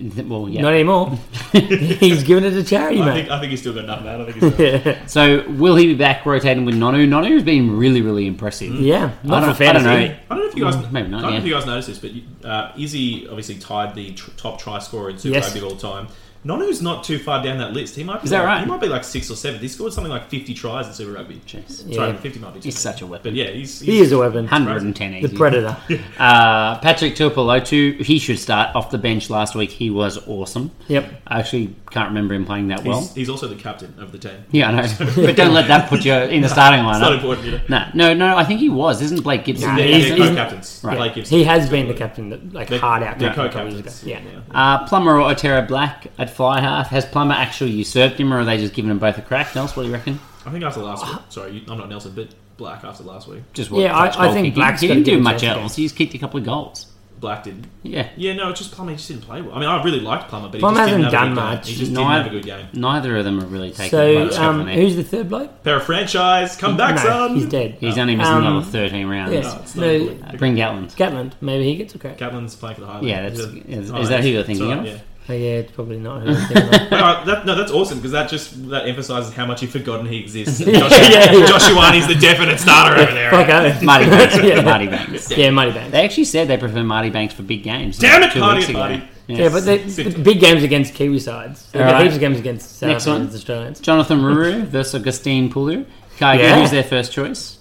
Speaker 7: And, [laughs] well, yeah.
Speaker 5: Not anymore. he's giving it to charity,
Speaker 4: I
Speaker 5: mate.
Speaker 4: think, I think he's still got enough, man. I think
Speaker 7: [laughs]
Speaker 4: he's got
Speaker 5: e-
Speaker 7: So will he be back rotating with Nonu? Nonu's been really, really impressive.
Speaker 5: [laughs] Yeah, not
Speaker 7: don't-
Speaker 5: for
Speaker 7: I don't
Speaker 5: fantasy.
Speaker 7: know.
Speaker 4: I don't know if you guys
Speaker 7: Mm, maybe not,
Speaker 4: I don't
Speaker 7: yeah.
Speaker 4: know if you guys noticed this, but you- uh, Izzy obviously tied the tr- top try scorer in Super
Speaker 5: Yes.
Speaker 4: Rugby of all time. Nonu's not too far down that list. He might be
Speaker 7: Is that
Speaker 4: like,
Speaker 7: right?
Speaker 4: He might be like sixth or seventh. He scored something like fifty tries in Super Rugby.
Speaker 7: Jeez.
Speaker 4: Sorry,
Speaker 5: Yeah.
Speaker 4: fifty might be. too
Speaker 7: He's
Speaker 4: much.
Speaker 7: such a weapon.
Speaker 4: But yeah, he's, he's
Speaker 5: He is a weapon.
Speaker 7: 110
Speaker 5: The
Speaker 7: easy. [laughs]
Speaker 5: predator.
Speaker 7: Uh, Patrick Tuipulotu, he should start off the bench last week. He was awesome.
Speaker 5: Yep.
Speaker 7: I actually can't remember him playing that
Speaker 4: He's,
Speaker 7: well.
Speaker 4: he's also the captain of the team.
Speaker 7: Yeah, I know. [laughs] but don't let that put you
Speaker 4: [laughs]
Speaker 7: in the starting
Speaker 4: It's not
Speaker 7: lineup.
Speaker 4: important, you know.
Speaker 7: No, no, no. I think he was. Isn't Blake Gibson?
Speaker 5: Nah,
Speaker 4: They're,
Speaker 5: he's-
Speaker 4: they're
Speaker 5: he's-
Speaker 4: co-captains.
Speaker 7: Right.
Speaker 4: Blake Gibson.
Speaker 5: He has been the captain, that, like
Speaker 4: They're-
Speaker 5: hard out
Speaker 4: They're
Speaker 5: captain a couple years ago.
Speaker 4: co-captains.
Speaker 5: Yeah.
Speaker 7: Uh, Plummer or Otero Black at fly half? Has Plummer actually usurped him, or are they just giving him both a crack? Nels, what do you reckon?
Speaker 4: I think after last week. Sorry, you, I'm not Nelson, but Black after last week.
Speaker 7: Just what?
Speaker 5: Yeah, I-
Speaker 7: touch
Speaker 5: I
Speaker 7: goal
Speaker 5: think
Speaker 7: kicking?
Speaker 5: Black's
Speaker 7: He
Speaker 5: gotta
Speaker 7: didn't
Speaker 5: give
Speaker 7: do
Speaker 5: him
Speaker 7: much
Speaker 5: a chance
Speaker 7: else. He just kicked a couple of goals.
Speaker 4: Black did.
Speaker 7: Yeah,
Speaker 4: Yeah, no, it's just Plummer. He just didn't play well. I mean, I really liked Plummer, but he
Speaker 5: Plummer
Speaker 4: just didn't
Speaker 5: hasn't
Speaker 4: have
Speaker 5: done
Speaker 4: a good game.
Speaker 5: much.
Speaker 4: He just
Speaker 7: Neither-
Speaker 4: didn't have a good game.
Speaker 7: Neither of them are really taking.
Speaker 5: So,
Speaker 7: much
Speaker 5: um,
Speaker 7: from there.
Speaker 5: who's the third bloke?
Speaker 4: They're a franchise. Come back,
Speaker 5: no,
Speaker 4: son.
Speaker 5: he's dead.
Speaker 7: he's only missing
Speaker 5: um,
Speaker 7: another thirteen rounds.
Speaker 5: Yes.
Speaker 4: it's not
Speaker 5: no,
Speaker 4: important.
Speaker 7: Uh, Bring Gatland.
Speaker 5: Gatland. Maybe he gets a crack.
Speaker 4: Gatlin's playing for the Highland.
Speaker 7: Yeah, that's-
Speaker 4: He's
Speaker 7: is- is
Speaker 4: alright,
Speaker 7: that who you're
Speaker 4: it's
Speaker 7: thinking
Speaker 4: alright,
Speaker 7: of?
Speaker 4: Yeah.
Speaker 5: Oh, yeah, it's probably
Speaker 7: [laughs]
Speaker 5: not. who I think, though.
Speaker 4: No, that, no, that's awesome because that just that emphasizes how much you've forgotten he
Speaker 5: [laughs]
Speaker 4: exists.
Speaker 5: Yeah,
Speaker 4: Joshua,
Speaker 5: yeah, yeah.
Speaker 4: Joshuani's the definite starter over there.
Speaker 5: Fuck
Speaker 7: [laughs]
Speaker 5: off.
Speaker 7: Marty Banks.
Speaker 5: [laughs] Yeah.
Speaker 7: Marty Banks.
Speaker 5: Yeah, Mighty Banks.
Speaker 7: They actually said they prefer Marty Banks for big games.
Speaker 4: Damn it,
Speaker 7: Two
Speaker 4: Marty
Speaker 7: weeks
Speaker 4: and
Speaker 7: ago.
Speaker 4: Marty.
Speaker 7: Yes.
Speaker 5: Yeah, but they,
Speaker 4: Yes.
Speaker 5: big games against Kiwi sides. They've got
Speaker 7: Alright.
Speaker 5: heaps of games against South
Speaker 7: Next one.
Speaker 5: Africans, Australians.
Speaker 7: Jonathan Ruru versus Augustine Pulu. Kai,
Speaker 5: Yeah.
Speaker 7: who's their first choice?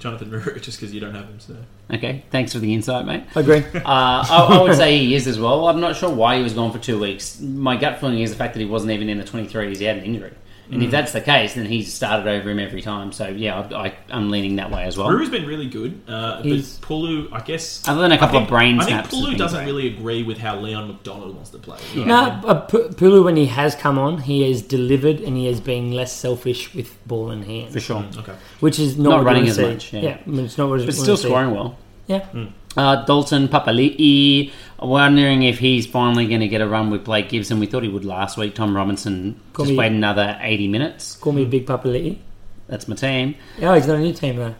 Speaker 4: Jonathan Murray, just because you don't have him. So
Speaker 7: Okay, thanks for the insight, mate.
Speaker 5: I agree.
Speaker 7: Uh, I, I would say he is as well. I'm not sure why he was gone for two weeks. My gut feeling is the fact that he wasn't even in the 23s. He had an injury, and
Speaker 5: Mm.
Speaker 7: if that's the case, then he's started over him every time. So yeah, I, I, I'm leaning that way as well.
Speaker 4: Ruru's been really good, uh, but
Speaker 5: He's-
Speaker 4: Pulu, I guess.
Speaker 7: Other than a couple
Speaker 4: I think-
Speaker 7: of brain
Speaker 4: I think
Speaker 7: snaps, and
Speaker 4: Pulu
Speaker 7: things
Speaker 4: doesn't
Speaker 7: like
Speaker 4: really agree with how Leon McDonald wants to play.
Speaker 5: No, uh, P- Pulu, when he has come on, he has delivered and he has been less selfish with ball in hand,
Speaker 7: that, for sure,
Speaker 4: Okay.
Speaker 5: which is not,
Speaker 7: Not
Speaker 5: what you
Speaker 7: running
Speaker 5: wanna
Speaker 7: as
Speaker 5: see.
Speaker 7: much, yeah.
Speaker 5: I mean, it's not what you
Speaker 7: but
Speaker 5: wanna
Speaker 7: still
Speaker 5: see.
Speaker 7: scoring well.
Speaker 5: Yeah,
Speaker 7: Uh, Dalton Papali'i, wondering if he's finally going to get a run with Blake Gibson. We thought he would last week. Tom Robinson
Speaker 5: Call
Speaker 7: just
Speaker 5: me-
Speaker 7: wait another 80 minutes.
Speaker 5: call me Big Papa Lee.
Speaker 7: That's my team.
Speaker 5: Oh, he's not on your team though.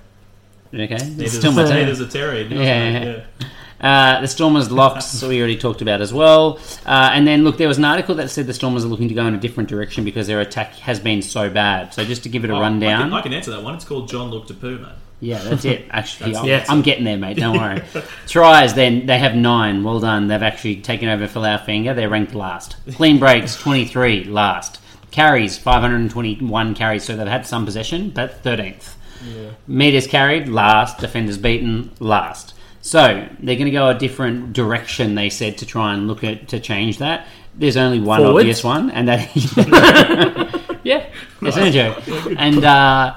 Speaker 7: Okay, it's
Speaker 4: Neither's,
Speaker 7: still my team.
Speaker 4: neither's a Terry. doesn't
Speaker 7: Yeah,
Speaker 4: it?
Speaker 7: yeah, yeah. Uh, the Stormers locks [laughs] we already talked about as well. Uh, and then look, there was an article that said the Stormers are looking to go in a different direction because their attack has been so bad. So just to give it a
Speaker 4: Oh, I
Speaker 7: rundown,
Speaker 4: can, I can answer that one. It's called John Look to Poo, man.
Speaker 7: Yeah, that's
Speaker 5: [laughs]
Speaker 7: it. Actually, I'm,
Speaker 5: That's it.
Speaker 7: I'm getting there, mate. Don't
Speaker 5: [laughs]
Speaker 7: worry. Tries, then they have nine. Well done. They've actually taken over for Laufinger. They're ranked last. Clean
Speaker 5: [laughs]
Speaker 7: breaks, 23, last. Carries, 521 carries. So they've had some possession, but 13th. Meters carried, last. Defenders beaten, last. So they're going to go a different direction, they said, to try and look at to change that. There's only one
Speaker 5: Forwards?
Speaker 7: obvious one, and that Yeah, it's an joke. And uh,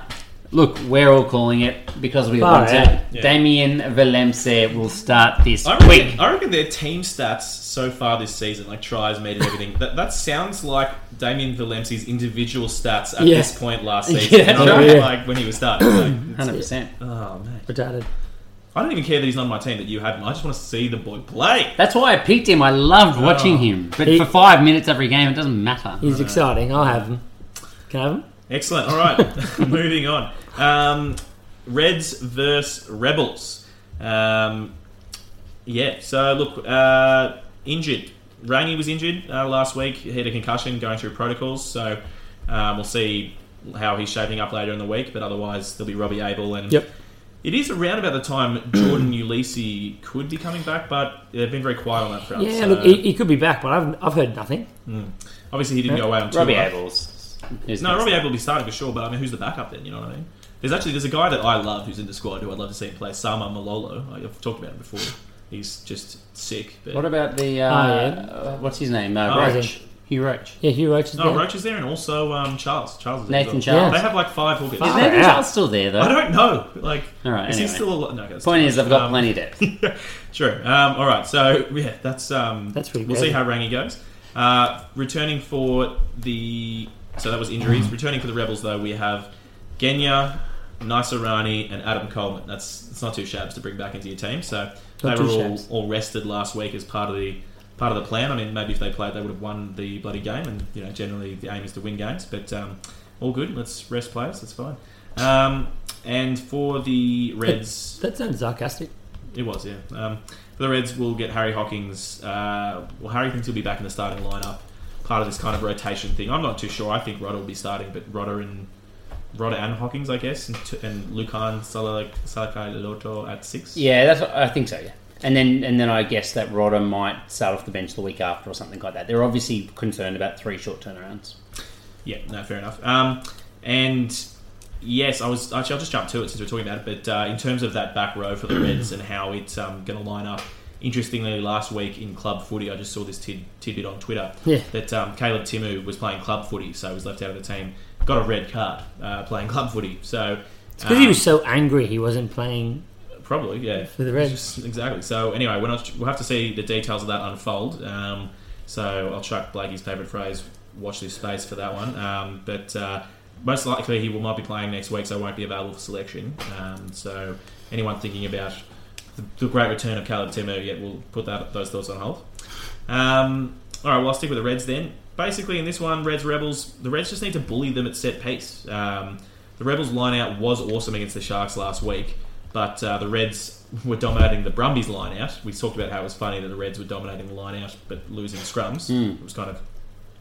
Speaker 7: look, we're all calling it because we all
Speaker 5: Oh,
Speaker 7: want
Speaker 5: yeah.
Speaker 7: to. Damien Valemse will start this
Speaker 4: I reckon,
Speaker 7: week.
Speaker 4: I reckon their team stats so far this season, like tries made and everything, that, that sounds like Damien Valemsi's individual stats at
Speaker 5: Yeah.
Speaker 4: this point last season.
Speaker 7: [laughs] Yeah,
Speaker 4: not
Speaker 5: sure.
Speaker 4: like when he was
Speaker 7: [clears throat]
Speaker 4: starting. Like,
Speaker 7: 100%.
Speaker 4: oh, man.
Speaker 5: [laughs] Retarded.
Speaker 4: I don't even care that he's not on my team that you had him. I just want to see the boy play.
Speaker 7: That's why I picked him. I loved
Speaker 4: Oh.
Speaker 7: watching him. But
Speaker 5: He-
Speaker 7: for five minutes every game, it doesn't matter.
Speaker 5: He's exciting. I'll have him. Can I have him?
Speaker 4: Excellent. All right, [laughs] moving on. Um, Reds versus Rebels. Um, yeah. So look, uh, injured. Rangy was injured uh, last week. He had a concussion, going through protocols. So um, we'll see how he's shaping up later in the week. But otherwise, there'll be Robbie Abel and.
Speaker 5: Yep.
Speaker 4: It is around about the time [clears throat] Jordan Ulysses could be coming back, but they've been very quiet on that front.
Speaker 5: Yeah,
Speaker 4: so
Speaker 5: look, he, he could be back, but I've, I've heard nothing.
Speaker 4: obviously he didn't go away on tour.
Speaker 7: Robbie Abels. is
Speaker 4: No,
Speaker 7: next.
Speaker 4: Robbie Abel will be starting for sure, but I mean, who's the backup then? You know what I mean? There's actually there's a guy that I love who's in the squad who I'd love to see him play, Sama Malolo. I- I've talked about him before. He's just sick. But...
Speaker 7: What about the. Uh,
Speaker 5: Oh, yeah.
Speaker 7: uh, what's his name? Uh,
Speaker 4: Oh,
Speaker 7: Roach. Hugh Roach.
Speaker 5: Yeah, Hugh Roach is
Speaker 4: no,
Speaker 5: there.
Speaker 4: Roach is there, and also um, Charles. Charles is there as
Speaker 7: Nathan
Speaker 4: well.
Speaker 7: Charles.
Speaker 4: They have like five hookers.
Speaker 7: Is
Speaker 5: Fuck.
Speaker 7: Nathan
Speaker 5: Yeah.
Speaker 7: Charles still there, though?
Speaker 4: I don't know. Like,
Speaker 7: All right,
Speaker 4: is he
Speaker 7: anyway.
Speaker 4: still alive? No, okay, that's
Speaker 7: Point
Speaker 4: too
Speaker 7: is,
Speaker 4: much.
Speaker 7: they've got
Speaker 4: Um,
Speaker 7: plenty of depth.
Speaker 4: [laughs] Sure. Um, all right. So yeah, that's um,
Speaker 5: That's pretty
Speaker 4: We'll
Speaker 5: good.
Speaker 4: see how Rangi goes. Uh, returning for the so that was
Speaker 5: Mm-hmm.
Speaker 4: injuries. Returning for the Rebels though, we have Genya, Nisarani, and Adam Coleman. That's it's not two shabs to bring back into your team. So
Speaker 5: Not
Speaker 4: they were
Speaker 5: two
Speaker 4: all,
Speaker 5: shabs.
Speaker 4: all rested last week as part of the part of the plan. I mean, maybe if they played, they would have won the bloody game. And you know, generally the aim is to win games. But um, all good. Let's rest players. That's fine. Um, and for the Reds.
Speaker 5: That sounds sarcastic.
Speaker 7: Ah.
Speaker 4: It was, yeah. Um, for the Reds, we'll get Harry Hawkins. Uh, well, Harry thinks he'll be back in the starting lineup. Part of this kind of rotation thing. I'm not too sure. I think Rodder will be starting, but Rodder and Rodder and Hawkins, I guess, and, t- and Lucan Salak- Salakai Loto at
Speaker 7: [laughs]
Speaker 4: six.
Speaker 7: Yeah, that's what, I think so. Yeah, and then and then I guess that Rodder might start off the bench the week after or something like that. They're obviously concerned about three short turnarounds.
Speaker 4: Yeah, no, fair enough. Um, and yes, I was actually I'll just jump to it since we're talking about it. But uh, in terms of that back
Speaker 5: [clears throat]
Speaker 4: row for the Reds and how it's um, going to line up, interestingly, last week in club footy, I just saw this tid- tidbit on Twitter
Speaker 5: Yeah.
Speaker 4: that um, Caleb Timu was playing club footy, so was left out of the team, got a red card uh, playing club footy. So um,
Speaker 5: Because he was so angry he wasn't playing
Speaker 4: Probably, yeah.
Speaker 5: For the Reds.
Speaker 4: Exactly. So, anyway, we're not, we'll have to see the details of that unfold. Um, so, I'll chuck Blakey's favourite phrase, watch this space for that one. Um, but uh, most likely he will might be playing next week, so won't be available for selection. Um, so, anyone thinking about the, the great return of Caleb Timmer, yeah, we'll put that those thoughts on hold. Um, all right, well, I'll stick with the Reds then. Basically, in this one, Reds Rebels, the Reds just need to bully them at set piece. Um, the Rebels' lineout was awesome against the Sharks last week, but uh, the Reds [laughs] were dominating the Brumbies' lineout. We talked about how it was funny that the Reds were dominating the lineout but losing scrums. It was kind of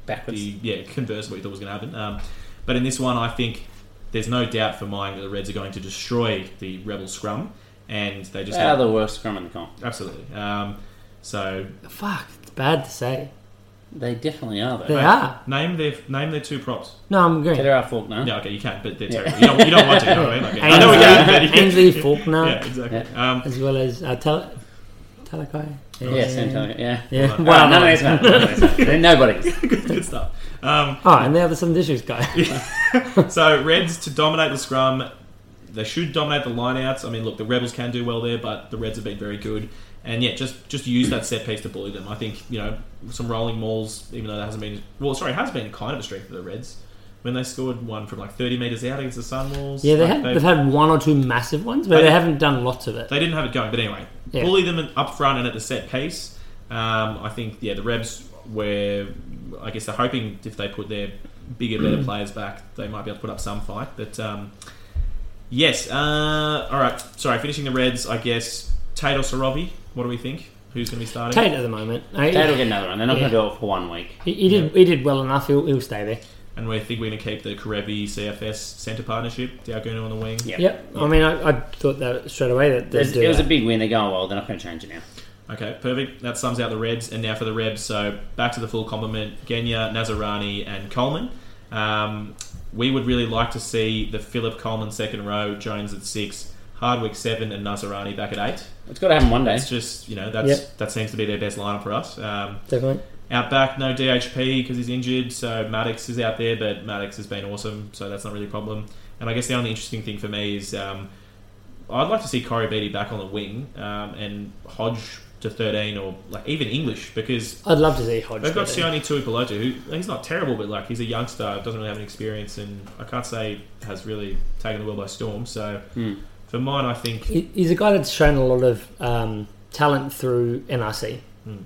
Speaker 7: Backwards.
Speaker 4: the yeah converse what we thought was going to happen. Um, but in this one, I think there's no doubt for mine that the Reds are going to destroy the Rebel scrum, and they just
Speaker 7: they are the worst scrum in the comp.
Speaker 4: absolutely. Um, so
Speaker 5: Fuck, it's bad to say.
Speaker 7: They definitely are though.
Speaker 5: They are.
Speaker 4: name their name their two props.
Speaker 5: No, I'm agreeing.
Speaker 7: There are Faulkner.
Speaker 4: Yeah, okay, you can, but they're terrible. You don't, you don't want to. You know what I mean? Like, I know we can, but you
Speaker 5: [laughs] Ainsley,
Speaker 4: can.
Speaker 5: Ainsley
Speaker 7: [laughs]
Speaker 5: Faulkner,
Speaker 4: Yeah, exactly. Um, [laughs]
Speaker 5: as well as uh, Tal- Talakai.
Speaker 7: Yeah, Sam Taylor, yeah.
Speaker 5: Yeah.
Speaker 4: Alright.
Speaker 7: Well,
Speaker 5: Well,
Speaker 7: none of these matter. None of these matter. They're
Speaker 5: [laughs]
Speaker 7: nobodies.
Speaker 4: good, good stuff. Um,
Speaker 5: Oh, and now the Southern Districts
Speaker 4: [laughs]
Speaker 5: guy.
Speaker 4: so Reds to dominate the scrum. They should dominate the lineouts. I mean, look, the Rebels can do well there, but the Reds have been very good. And yeah, just just use that set piece to bully them. I think you know some rolling mauls, even though that hasn't been well, sorry, has been kind of a strength of the Reds. When they scored one from like thirty meters out against the Sunwolves,
Speaker 5: Yeah, they
Speaker 4: like,
Speaker 5: had,
Speaker 4: they-
Speaker 5: they've had one or two massive ones, but
Speaker 4: They-
Speaker 5: they haven't done lots of it.
Speaker 4: they didn't have it going. But anyway,
Speaker 5: Yeah.
Speaker 4: bully them in- up front and at the set piece. Um, I think yeah, the Rebs were. I guess they're hoping if they put their
Speaker 5: [clears throat]
Speaker 4: bigger, better players back, they might be able to put up some fight. But um, yes, uh, all right. Sorry, finishing the Reds. I guess Tate or Sarabi. What do we think? Who's going to be starting?
Speaker 5: Tate at the moment. I-
Speaker 7: They'll get another one. They're not
Speaker 5: Yeah.
Speaker 7: going to do it for one week.
Speaker 5: He, he did. He did well enough. He'll, he'll stay there.
Speaker 4: And we think we're going to keep the Karevi CFS centre partnership, Diagono on the wing.
Speaker 7: Yeah.
Speaker 5: Yep. I mean, I, I thought that straight away that they'd
Speaker 7: It was,
Speaker 5: do
Speaker 7: it was a
Speaker 5: that.
Speaker 7: big win. They're going well. They're not going to change it now.
Speaker 4: Okay, perfect. That sums out the Reds. And now for the Rebs. So back to the full complement Genya, Nazarani, and Coleman. Um, we would really like to see the Philip Coleman second row, Jones at six, Hardwick seven, and Nazarani back at eight.
Speaker 7: It's got to happen one day.
Speaker 4: It's just, you know, that's,
Speaker 5: Yep.
Speaker 4: that seems to be their best lineup for us. Um,
Speaker 5: Definitely.
Speaker 4: out back, no DHP because he's injured, so Maddox is out there, but Maddox has been awesome, so that's not really a problem. And I guess the only interesting thing for me is um, I'd like to see Corey Beatty back on the wing um, and Hodge to 13 or like even English because
Speaker 5: I'd love to see Hodge.
Speaker 4: they've got
Speaker 5: do that.
Speaker 4: Sione Tuipulotu, who he's not terrible, but like he's a youngster, doesn't really have any experience, and I can't say has really taken the world by storm. So for mine, I think.
Speaker 5: He- He's a guy that's shown a lot of um, talent through NRC.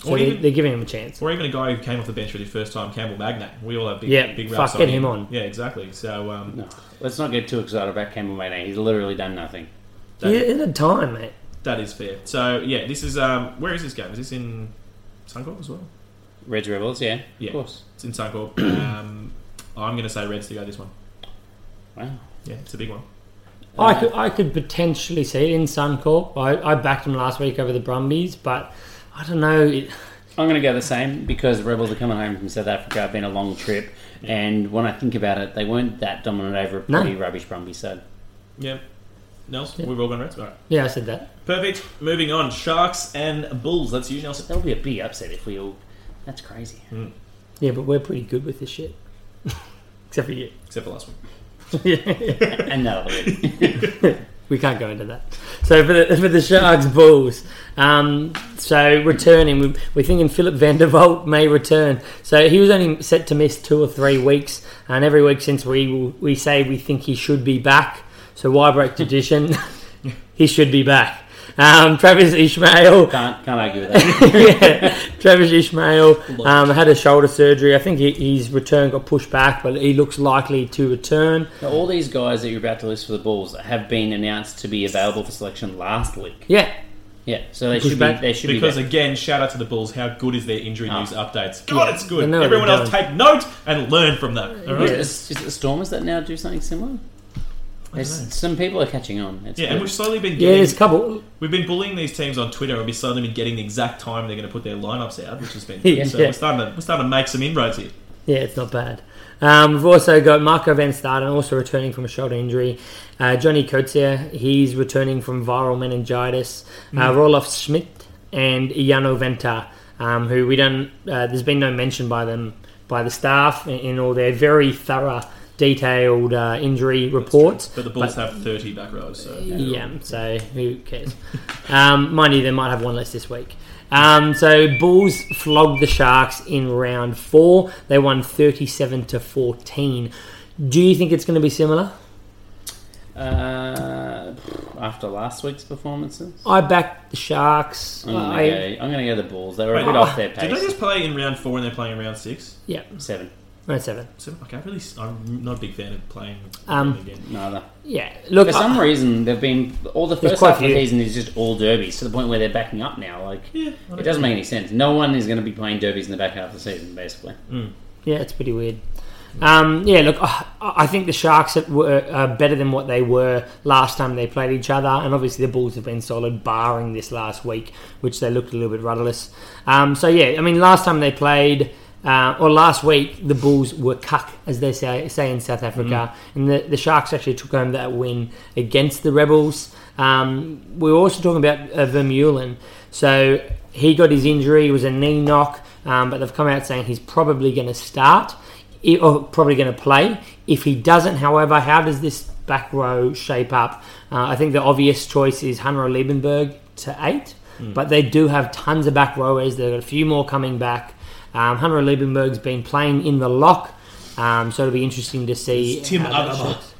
Speaker 5: So
Speaker 4: Or
Speaker 5: they,
Speaker 4: even-
Speaker 5: they're giving him a chance.
Speaker 4: Or even a guy who came off the bench for the first time, Campbell Magnat. We all have big,
Speaker 5: Yeah,
Speaker 4: big
Speaker 5: fuck,
Speaker 4: raps
Speaker 5: get him on.
Speaker 4: Yeah, exactly. So um,
Speaker 7: No. Let's not get too excited about Campbell Maynard. He's literally done nothing.
Speaker 5: He he had time, mate.
Speaker 4: That is fair. So yeah, this is um, where is this game? Is this in Suncorp as well?
Speaker 7: Reds Rebels, yeah.
Speaker 4: Yeah.
Speaker 7: Of course.
Speaker 4: It's in [clears throat] Suncorp. um, I'm going to say Reds to go this one.
Speaker 7: Wow.
Speaker 4: Yeah, it's a big one.
Speaker 5: I could, I could potentially see it in Suncorp. I, I backed him last week over the Brumbies, but I don't know. It-
Speaker 7: I'm going to go the same because Rebels are coming home from South Africa. It's been a long trip. And when I think about it, they weren't that dominant over a
Speaker 5: No.
Speaker 7: pretty rubbish Brumby side.
Speaker 4: Yeah. Nelson, we've all gone Reds. All right.
Speaker 5: Yeah, I said that.
Speaker 4: Perfect. Moving on. Sharks and Bulls. That's you, Nelson.
Speaker 7: That'll be a big upset if we all. That's crazy.
Speaker 5: Mm. Yeah, but we're pretty good with this shit. [laughs] Except for you. [laughs]
Speaker 4: Except for last one.
Speaker 7: and that'll be it.
Speaker 5: We can't go into that. So for the for the Sharks Bulls, um, so returning, we, we're thinking Philip Vanderbilt may return. So he was only set to miss two or three weeks, and every week since we will- we say we think he should be back. So why break tradition? [laughs] he should be back. Um, Travis Ishmael
Speaker 7: Can't, can't argue
Speaker 5: [laughs]
Speaker 7: with that.
Speaker 5: yeah, Travis Ishmael um, had a shoulder surgery. I think he, his return got pushed back, but he looks likely to return.
Speaker 7: Now, all these guys that you're about to list for the Bulls have been announced to be available for selection last week.
Speaker 5: Yeah,
Speaker 7: Yeah, so they
Speaker 5: Push
Speaker 7: should
Speaker 5: back.
Speaker 7: be. They should
Speaker 4: Because
Speaker 7: be. back.
Speaker 4: again, shout out to the Bulls. How good is their injury news updates? God, it's
Speaker 5: I
Speaker 4: good.
Speaker 5: know what
Speaker 4: Everyone
Speaker 5: they're
Speaker 4: else take note and learn from that. All right?
Speaker 5: Yeah.
Speaker 7: Is, is it the Stormers that now do something similar? There's-
Speaker 4: know.
Speaker 7: Some people are catching on. It's
Speaker 4: Yeah,
Speaker 7: good.
Speaker 4: and we've slowly been
Speaker 5: yeah,
Speaker 4: getting
Speaker 5: there's a couple.
Speaker 4: We've been bullying these teams on Twitter, and we've suddenly been getting the exact time they're going to put their lineups out, which
Speaker 7: [laughs]
Speaker 4: has been good.
Speaker 5: Yeah.
Speaker 4: so we're starting to we're starting to make some inroads here.
Speaker 5: Yeah, it's not bad. Um, we've also got Marco Van Staden also returning from a shoulder injury. Uh, Johnny Coetzee, he's returning from viral meningitis. Uh, Roloff Schmidt and Iano Venta, um, who we don't, uh, there's been no mention by them, by the staff in, in all their very thorough, detailed uh, injury reports.
Speaker 4: But the Bulls have thirty back rows, so
Speaker 5: Yeah, so who cares? um, mind you, they might have one less this week. Um, so Bulls flogged the Sharks in round four. They won thirty-seven to fourteen. Do you think it's going to be similar?
Speaker 7: Uh, after last week's performances,
Speaker 5: I backed the Sharks.
Speaker 7: I'm gonna,
Speaker 5: I-
Speaker 7: go, I'm gonna go the Bulls. They were
Speaker 4: Wait, oh,
Speaker 7: a bit off their
Speaker 4: Did they
Speaker 7: pace.
Speaker 4: just play in round four and they're playing in round six?
Speaker 5: yeah,
Speaker 7: Seven,
Speaker 5: round seven.
Speaker 4: So, okay, I really, I'm not a big fan of playing
Speaker 5: Um,
Speaker 4: again.
Speaker 7: neither.
Speaker 5: Yeah, look,
Speaker 7: For some
Speaker 5: I,
Speaker 7: reason, they've been all the
Speaker 5: There's
Speaker 7: first
Speaker 5: quite
Speaker 7: half of the
Speaker 5: a few.
Speaker 7: season is just all derbies to the point where they're backing up now. Like,
Speaker 4: Yeah, I
Speaker 7: it doesn't make any sense. No one is going to be playing derbies in the back half of the season, basically.
Speaker 5: yeah, it's pretty weird. Um, yeah, look, I, I think the Sharks were uh, better than what they were last time they played each other, and obviously the Bulls have been solid, barring this last week, which they looked a little bit rudderless. Um, so yeah, I mean, last time they played, uh, or last week, the Bulls were cuck, as they say, say in South Africa, and the, the Sharks actually took home that win against the Rebels. Um, we were also talking about uh, Vermeulen, so he got his injury, it was a knee knock, um, but they've come out saying he's probably going to start i- or probably going to play. If he doesn't, however, how does this back row shape up? Uh, I think the obvious choice is Hunter Liebenberg to eight, but they do have tons of back rowers. They've got a few more coming back. Um, Hunter Liebenberg's been playing in the lock, um, so it'll be interesting to see.
Speaker 4: It's Tim
Speaker 5: how that
Speaker 4: Agaba.
Speaker 5: shapes.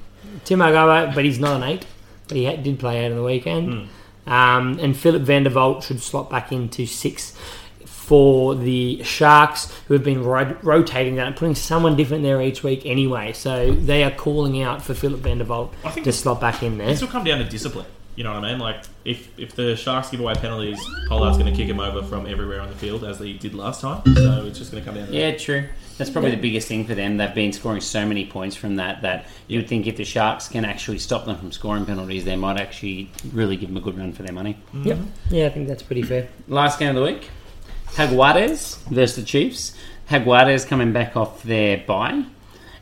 Speaker 5: Tim Agaba, but he's not an eight, but he ha- did play out on the weekend. Um, and Philip Vandervolt should slot back into six for the Sharks, who have been ro- rotating that and putting someone different there each week anyway. So they are calling out for Philip Vandervolt
Speaker 4: I think
Speaker 5: to slot back in there.
Speaker 4: This will come down to discipline. You know what I mean? Like if if the Sharks give away penalties, Pollard's going to kick him over from everywhere on the field as he did last time. So it's just going to come down to that.
Speaker 7: Yeah, true. That's probably the biggest thing for them. They've been scoring so many points from that that you would think if the Sharks can actually stop them from scoring penalties, they might actually really give them a good run for their money.
Speaker 5: Yep.
Speaker 4: Mm-hmm.
Speaker 5: Yeah, I think that's pretty fair.
Speaker 7: Last game of the week, Jaguares versus the Chiefs. Jaguares coming back off their bye.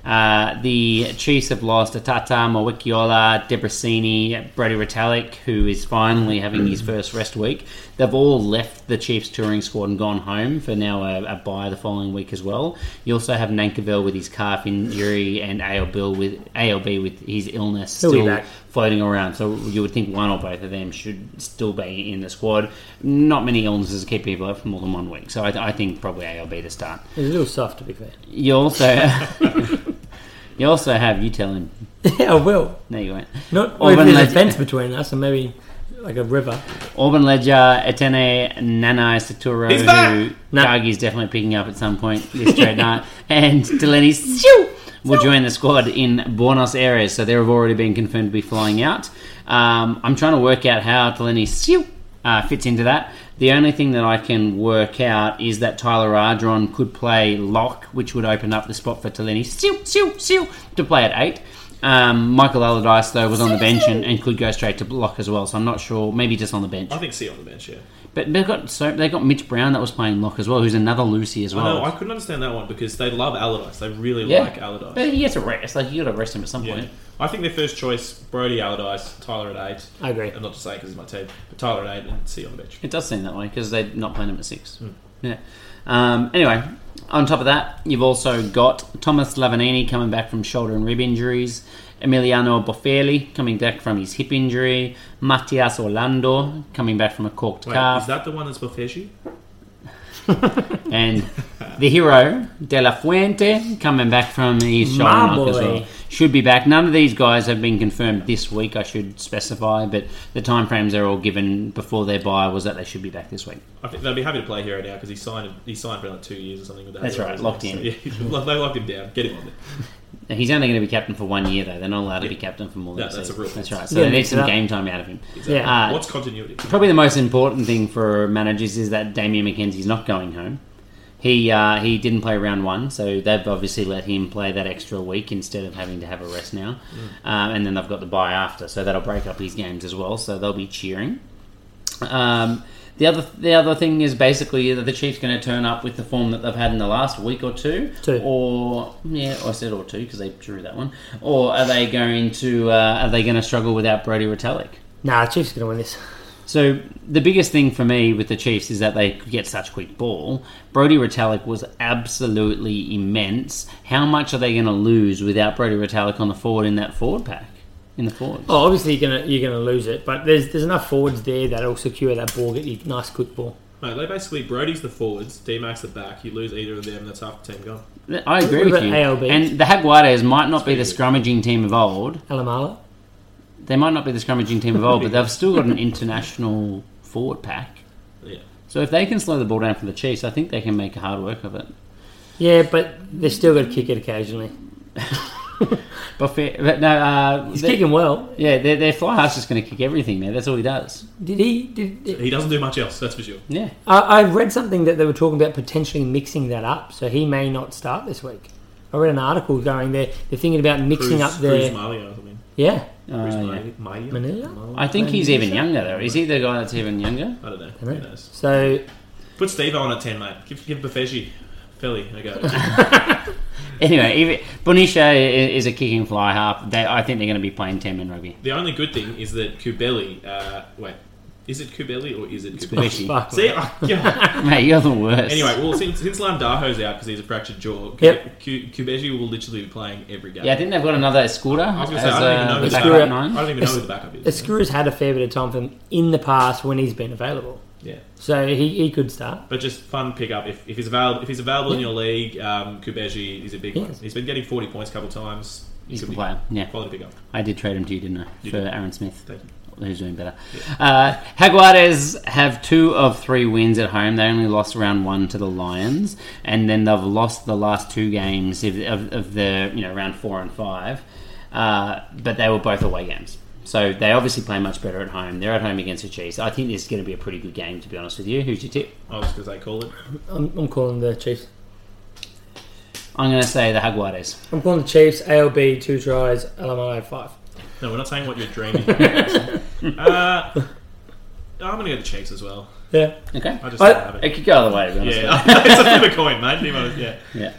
Speaker 7: Uh, the Chiefs have lost Atata, Mawikiola, Debrasini, Brady Retallick, who is finally having his first rest week. They've all left the Chiefs touring squad and gone home for now a, a bye the following week as well. You also have Nankerville with his calf injury and ALB with ALB with his illness
Speaker 5: He'll be
Speaker 7: still
Speaker 5: back.
Speaker 7: floating around. So you would think one or both of them should still be in the squad. Not many illnesses keep people out for more than one week, so I, I think probably ALB to start.
Speaker 5: It's a little soft, to be fair.
Speaker 7: You also [laughs] you also have you tell him.
Speaker 5: [laughs] yeah, I will.
Speaker 7: No, you won't.
Speaker 5: Not
Speaker 7: Or
Speaker 5: if
Speaker 7: when
Speaker 5: there's a
Speaker 7: they-
Speaker 5: fence between us, and maybe like a river.
Speaker 7: Auburn Ledger, Etene, Nanai Saturo,
Speaker 4: He's back!
Speaker 7: who
Speaker 5: No.
Speaker 7: Dagi's definitely picking up at some point this trade night, and Delaney Shoo will join the squad in Buenos Aires, so they have already been confirmed to be flying out. Um, I'm trying to work out how Delaney Shoo uh, fits into that. The only thing that I can work out is that Tyler Ardron could play lock, which would open up the spot for Delaney Shoo Shoo Shoo to play at eight. Um, Michael Allardyce though was on the bench and, and could go straight to block as well, so I'm not sure. Maybe just on the bench.
Speaker 4: I think C on the bench. Yeah.
Speaker 7: But they've got so they got Mitch Brown that was playing lock as well, who's another Lucy as
Speaker 4: I
Speaker 7: well.
Speaker 4: know. I couldn't understand that one because they love Allardyce. They really
Speaker 7: Oh. Yeah.
Speaker 4: like Allardyce.
Speaker 7: but he gets a rest. Like you got to rest him at some
Speaker 4: Yeah.
Speaker 7: point.
Speaker 4: I think their first choice, Brody Allardyce, Tyler at eight.
Speaker 5: I agree.
Speaker 4: And not to say because it's my team, but Tyler at eight and C on the bench.
Speaker 7: It does seem that way because they're not playing him at six.
Speaker 4: Hmm.
Speaker 7: Yeah. Um, anyway, on top of that, you've also got Thomas Lavanini coming back from shoulder and rib injuries. Emiliano Boffelli coming back from his hip injury. Matias Orlando coming back from a corked
Speaker 4: Wait,
Speaker 7: calf.
Speaker 4: is that the one that's Bafeshi?
Speaker 7: And the hero, De La Fuente, coming back from his shoulder
Speaker 5: My
Speaker 7: knock as
Speaker 5: boy.
Speaker 7: well. Should be back. None of these guys have been confirmed this week, I should specify, but the timeframes they're all given before their buy was that they should be back this week.
Speaker 4: I think they'd be happy to play Hero now because he signed he signed for like two years or something with that.
Speaker 7: That's right, locked in.
Speaker 4: [laughs] yeah, they locked him down. Get him on there.
Speaker 7: Now, he's only going to be captain for one year, though. They're not allowed to be
Speaker 4: Yeah.
Speaker 7: captain for more
Speaker 4: No,
Speaker 7: than
Speaker 4: that's
Speaker 7: season.
Speaker 4: a real
Speaker 7: That's
Speaker 4: thing.
Speaker 7: right. So they
Speaker 5: Yeah,
Speaker 7: need some
Speaker 5: that-
Speaker 7: game time out of him.
Speaker 5: Yeah.
Speaker 7: Uh,
Speaker 4: What's continuity?
Speaker 7: Probably the most important thing for managers is that Damien McKenzie's not going home. He uh, he didn't play round one, so they've obviously let him play that extra week instead of having to have a rest now. Um, and then they've got the bye after, so that'll break up his games as well. So they'll be cheering. Um, the other the other thing is basically that the Chiefs going to turn up with the form that they've had in the last week or two,
Speaker 5: Two.
Speaker 7: or yeah, I said or two because they drew that one. Or are they going to uh, are they going to struggle without Brody Retallick?
Speaker 5: Nah, Chiefs are going to win this.
Speaker 7: So the biggest thing for me with the Chiefs is that they could get such quick ball. Brody Retallick was absolutely immense. How much are they going to lose without Brody Retallick on the forward in that forward pack? In the forward.
Speaker 5: Oh, obviously you're gonna you're gonna lose it, but there's there's enough forwards there that'll secure that ball, get you a nice quick ball.
Speaker 4: Mate, they basically Brody's the forwards, D Mac's the back. You lose either of them, that's half the team gone.
Speaker 7: I agree
Speaker 5: What
Speaker 7: with
Speaker 5: about
Speaker 7: you.
Speaker 5: ALB?
Speaker 7: And the Jaguares might not be the
Speaker 4: That's
Speaker 7: scrummaging team of old.
Speaker 5: Alamala.
Speaker 7: They might not be the scrummaging team of old, but they've still got
Speaker 5: [laughs]
Speaker 7: an international forward pack.
Speaker 4: Yeah.
Speaker 7: So if they can slow the ball down for the Chiefs, I think they can make hard work of it.
Speaker 5: Yeah, but they still got to kick it occasionally.
Speaker 7: But, fair, but no, uh,
Speaker 5: He's
Speaker 7: they-
Speaker 5: kicking well.
Speaker 7: yeah, their, their fly half's just going to kick everything, man. That's all he does.
Speaker 5: Did he? Did, did
Speaker 4: He doesn't do much else, that's for sure.
Speaker 7: Yeah.
Speaker 5: I, I read something that they were talking about potentially mixing that up, so he may not start this week. I read an article going there. They're thinking about mixing
Speaker 4: Cruz-
Speaker 5: up
Speaker 4: Cruz
Speaker 5: their
Speaker 4: Malia or something.
Speaker 5: yeah.
Speaker 4: Cruz
Speaker 7: Uh, Oh, yeah.
Speaker 4: Malia- Malia?
Speaker 5: Manila?
Speaker 4: Malia?
Speaker 7: I think he's even younger though. Is he the guy that's even younger?
Speaker 4: I don't know.
Speaker 5: know.
Speaker 4: Who knows?
Speaker 5: So
Speaker 4: Put Steve on at ten, mate. Give give Bafeshi Philly
Speaker 7: [laughs]
Speaker 4: a go.
Speaker 7: Anyway, even, Bonisha i- is a kicking fly half. They, I think they're going to be playing ten man rugby. [laughs]
Speaker 4: The only good thing is that Kubeli. Uh, wait, is it Kubeli or is it
Speaker 7: Bonisha.
Speaker 4: Kubeli? [laughs] See, oh, yeah.
Speaker 7: Mate, you're the worst.
Speaker 4: anyway, well, since since Landaho's out because he's a fractured jaw, Kube-
Speaker 5: Yep.
Speaker 4: Ku- Kubeji will literally be playing every game.
Speaker 7: yeah, I think they've got another Escuda
Speaker 4: I was
Speaker 7: as
Speaker 4: gonna say, I don't
Speaker 7: uh,
Speaker 4: even know who
Speaker 7: the
Speaker 4: the
Speaker 5: Escuda.
Speaker 7: backup
Speaker 4: I
Speaker 7: nine.
Speaker 4: don't even know who the backup is.
Speaker 5: Escura's had a fair bit of time for him in the past when he's been available,
Speaker 4: yeah,
Speaker 5: so he, he could start.
Speaker 4: but just fun pickup if, if he's available. If he's available in your league, um, Kubeji is a big
Speaker 5: He
Speaker 4: one.
Speaker 5: is.
Speaker 4: He's been getting forty points a couple times. He
Speaker 7: He's a
Speaker 4: could be
Speaker 7: player. Yeah,
Speaker 4: Quality pickup.
Speaker 7: I did trade him to you, didn't I?
Speaker 4: You
Speaker 7: For
Speaker 4: did.
Speaker 7: Aaron Smith.
Speaker 4: Thank you.
Speaker 7: who's doing better. Uh, Jaguares have two of three wins at home. They only lost round one to the Lions, and then they've lost the last two games of, of, of the you know round four and five. Uh, but they were both away games, So they obviously play much better at home. They're at home against the Chiefs. I think this is going to be a pretty good game, to be honest with you. Who's your tip?
Speaker 4: I was because they call it.
Speaker 5: I'm, I'm calling the Chiefs.
Speaker 7: I'm going to say the Jaguares.
Speaker 5: I'm calling the Chiefs. ALB two tries. LMI five.
Speaker 4: No, we're not saying what you're dreaming.
Speaker 7: [laughs]
Speaker 4: uh, I'm going to go the Chiefs as well.
Speaker 5: Yeah.
Speaker 7: Okay.
Speaker 4: I just
Speaker 5: I-
Speaker 4: don't have
Speaker 7: [laughs]
Speaker 4: it.
Speaker 7: It could go other way, to be honest.
Speaker 4: Yeah, it's a flip a coin, mate. You might- Yeah.
Speaker 7: Yeah.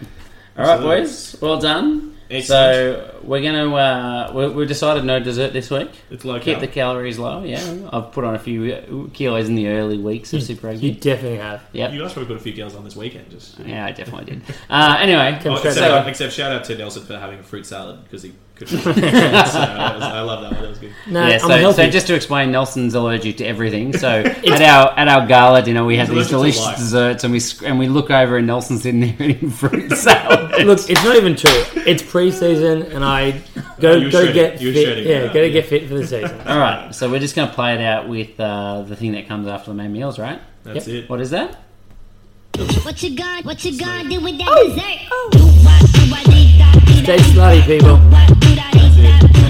Speaker 7: All right,
Speaker 4: Absolutely.
Speaker 7: boys. Well done.
Speaker 4: Excellent.
Speaker 7: So we're gonna uh, we, we've decided no dessert this week.
Speaker 4: It's um, low
Speaker 7: Keep
Speaker 4: carb.
Speaker 7: the calories low. Yeah, I've put on a few uh, kilos in the early weeks of Super
Speaker 5: You
Speaker 7: Rugby.
Speaker 5: definitely have.
Speaker 7: Yep.
Speaker 4: Hmm. You guys probably put a few girls on this weekend. Just
Speaker 7: Yeah, I definitely did. Uh, anyway,
Speaker 5: Come
Speaker 4: Oh,
Speaker 5: straight
Speaker 4: except,
Speaker 5: out.
Speaker 4: except shout out to Nelson for having a fruit salad because he couldn't. [laughs] so that was, I love that one. That was good.
Speaker 5: No,
Speaker 7: yeah,
Speaker 5: I'm
Speaker 7: so,
Speaker 5: healthy.
Speaker 7: so just to explain, Nelson's allergic to everything. So
Speaker 4: [laughs]
Speaker 7: at our at our gala dinner, we had
Speaker 4: He's
Speaker 7: these
Speaker 4: allergic to
Speaker 7: delicious
Speaker 4: life.
Speaker 7: desserts, and we sc- and we look over, and Nelson's sitting there [laughs] eating
Speaker 4: [laughs]
Speaker 7: fruit salad.
Speaker 5: Look, it's not even true. It's pre-season, and I go
Speaker 4: You were
Speaker 5: go
Speaker 4: shredding.
Speaker 5: get
Speaker 4: You were
Speaker 5: fit.
Speaker 4: shredding.
Speaker 5: yeah,
Speaker 4: Yeah.
Speaker 5: gotta get fit for the season.
Speaker 7: All right, so we're just going to play it out with uh, the thing that comes after the main meals, right?
Speaker 4: That's it.
Speaker 7: What is that?
Speaker 8: What you gonna, what you gonna do with that dessert? Do what, do what they thought, do
Speaker 5: Stay
Speaker 8: that-
Speaker 5: slutty, people.
Speaker 8: what, do that they thought, do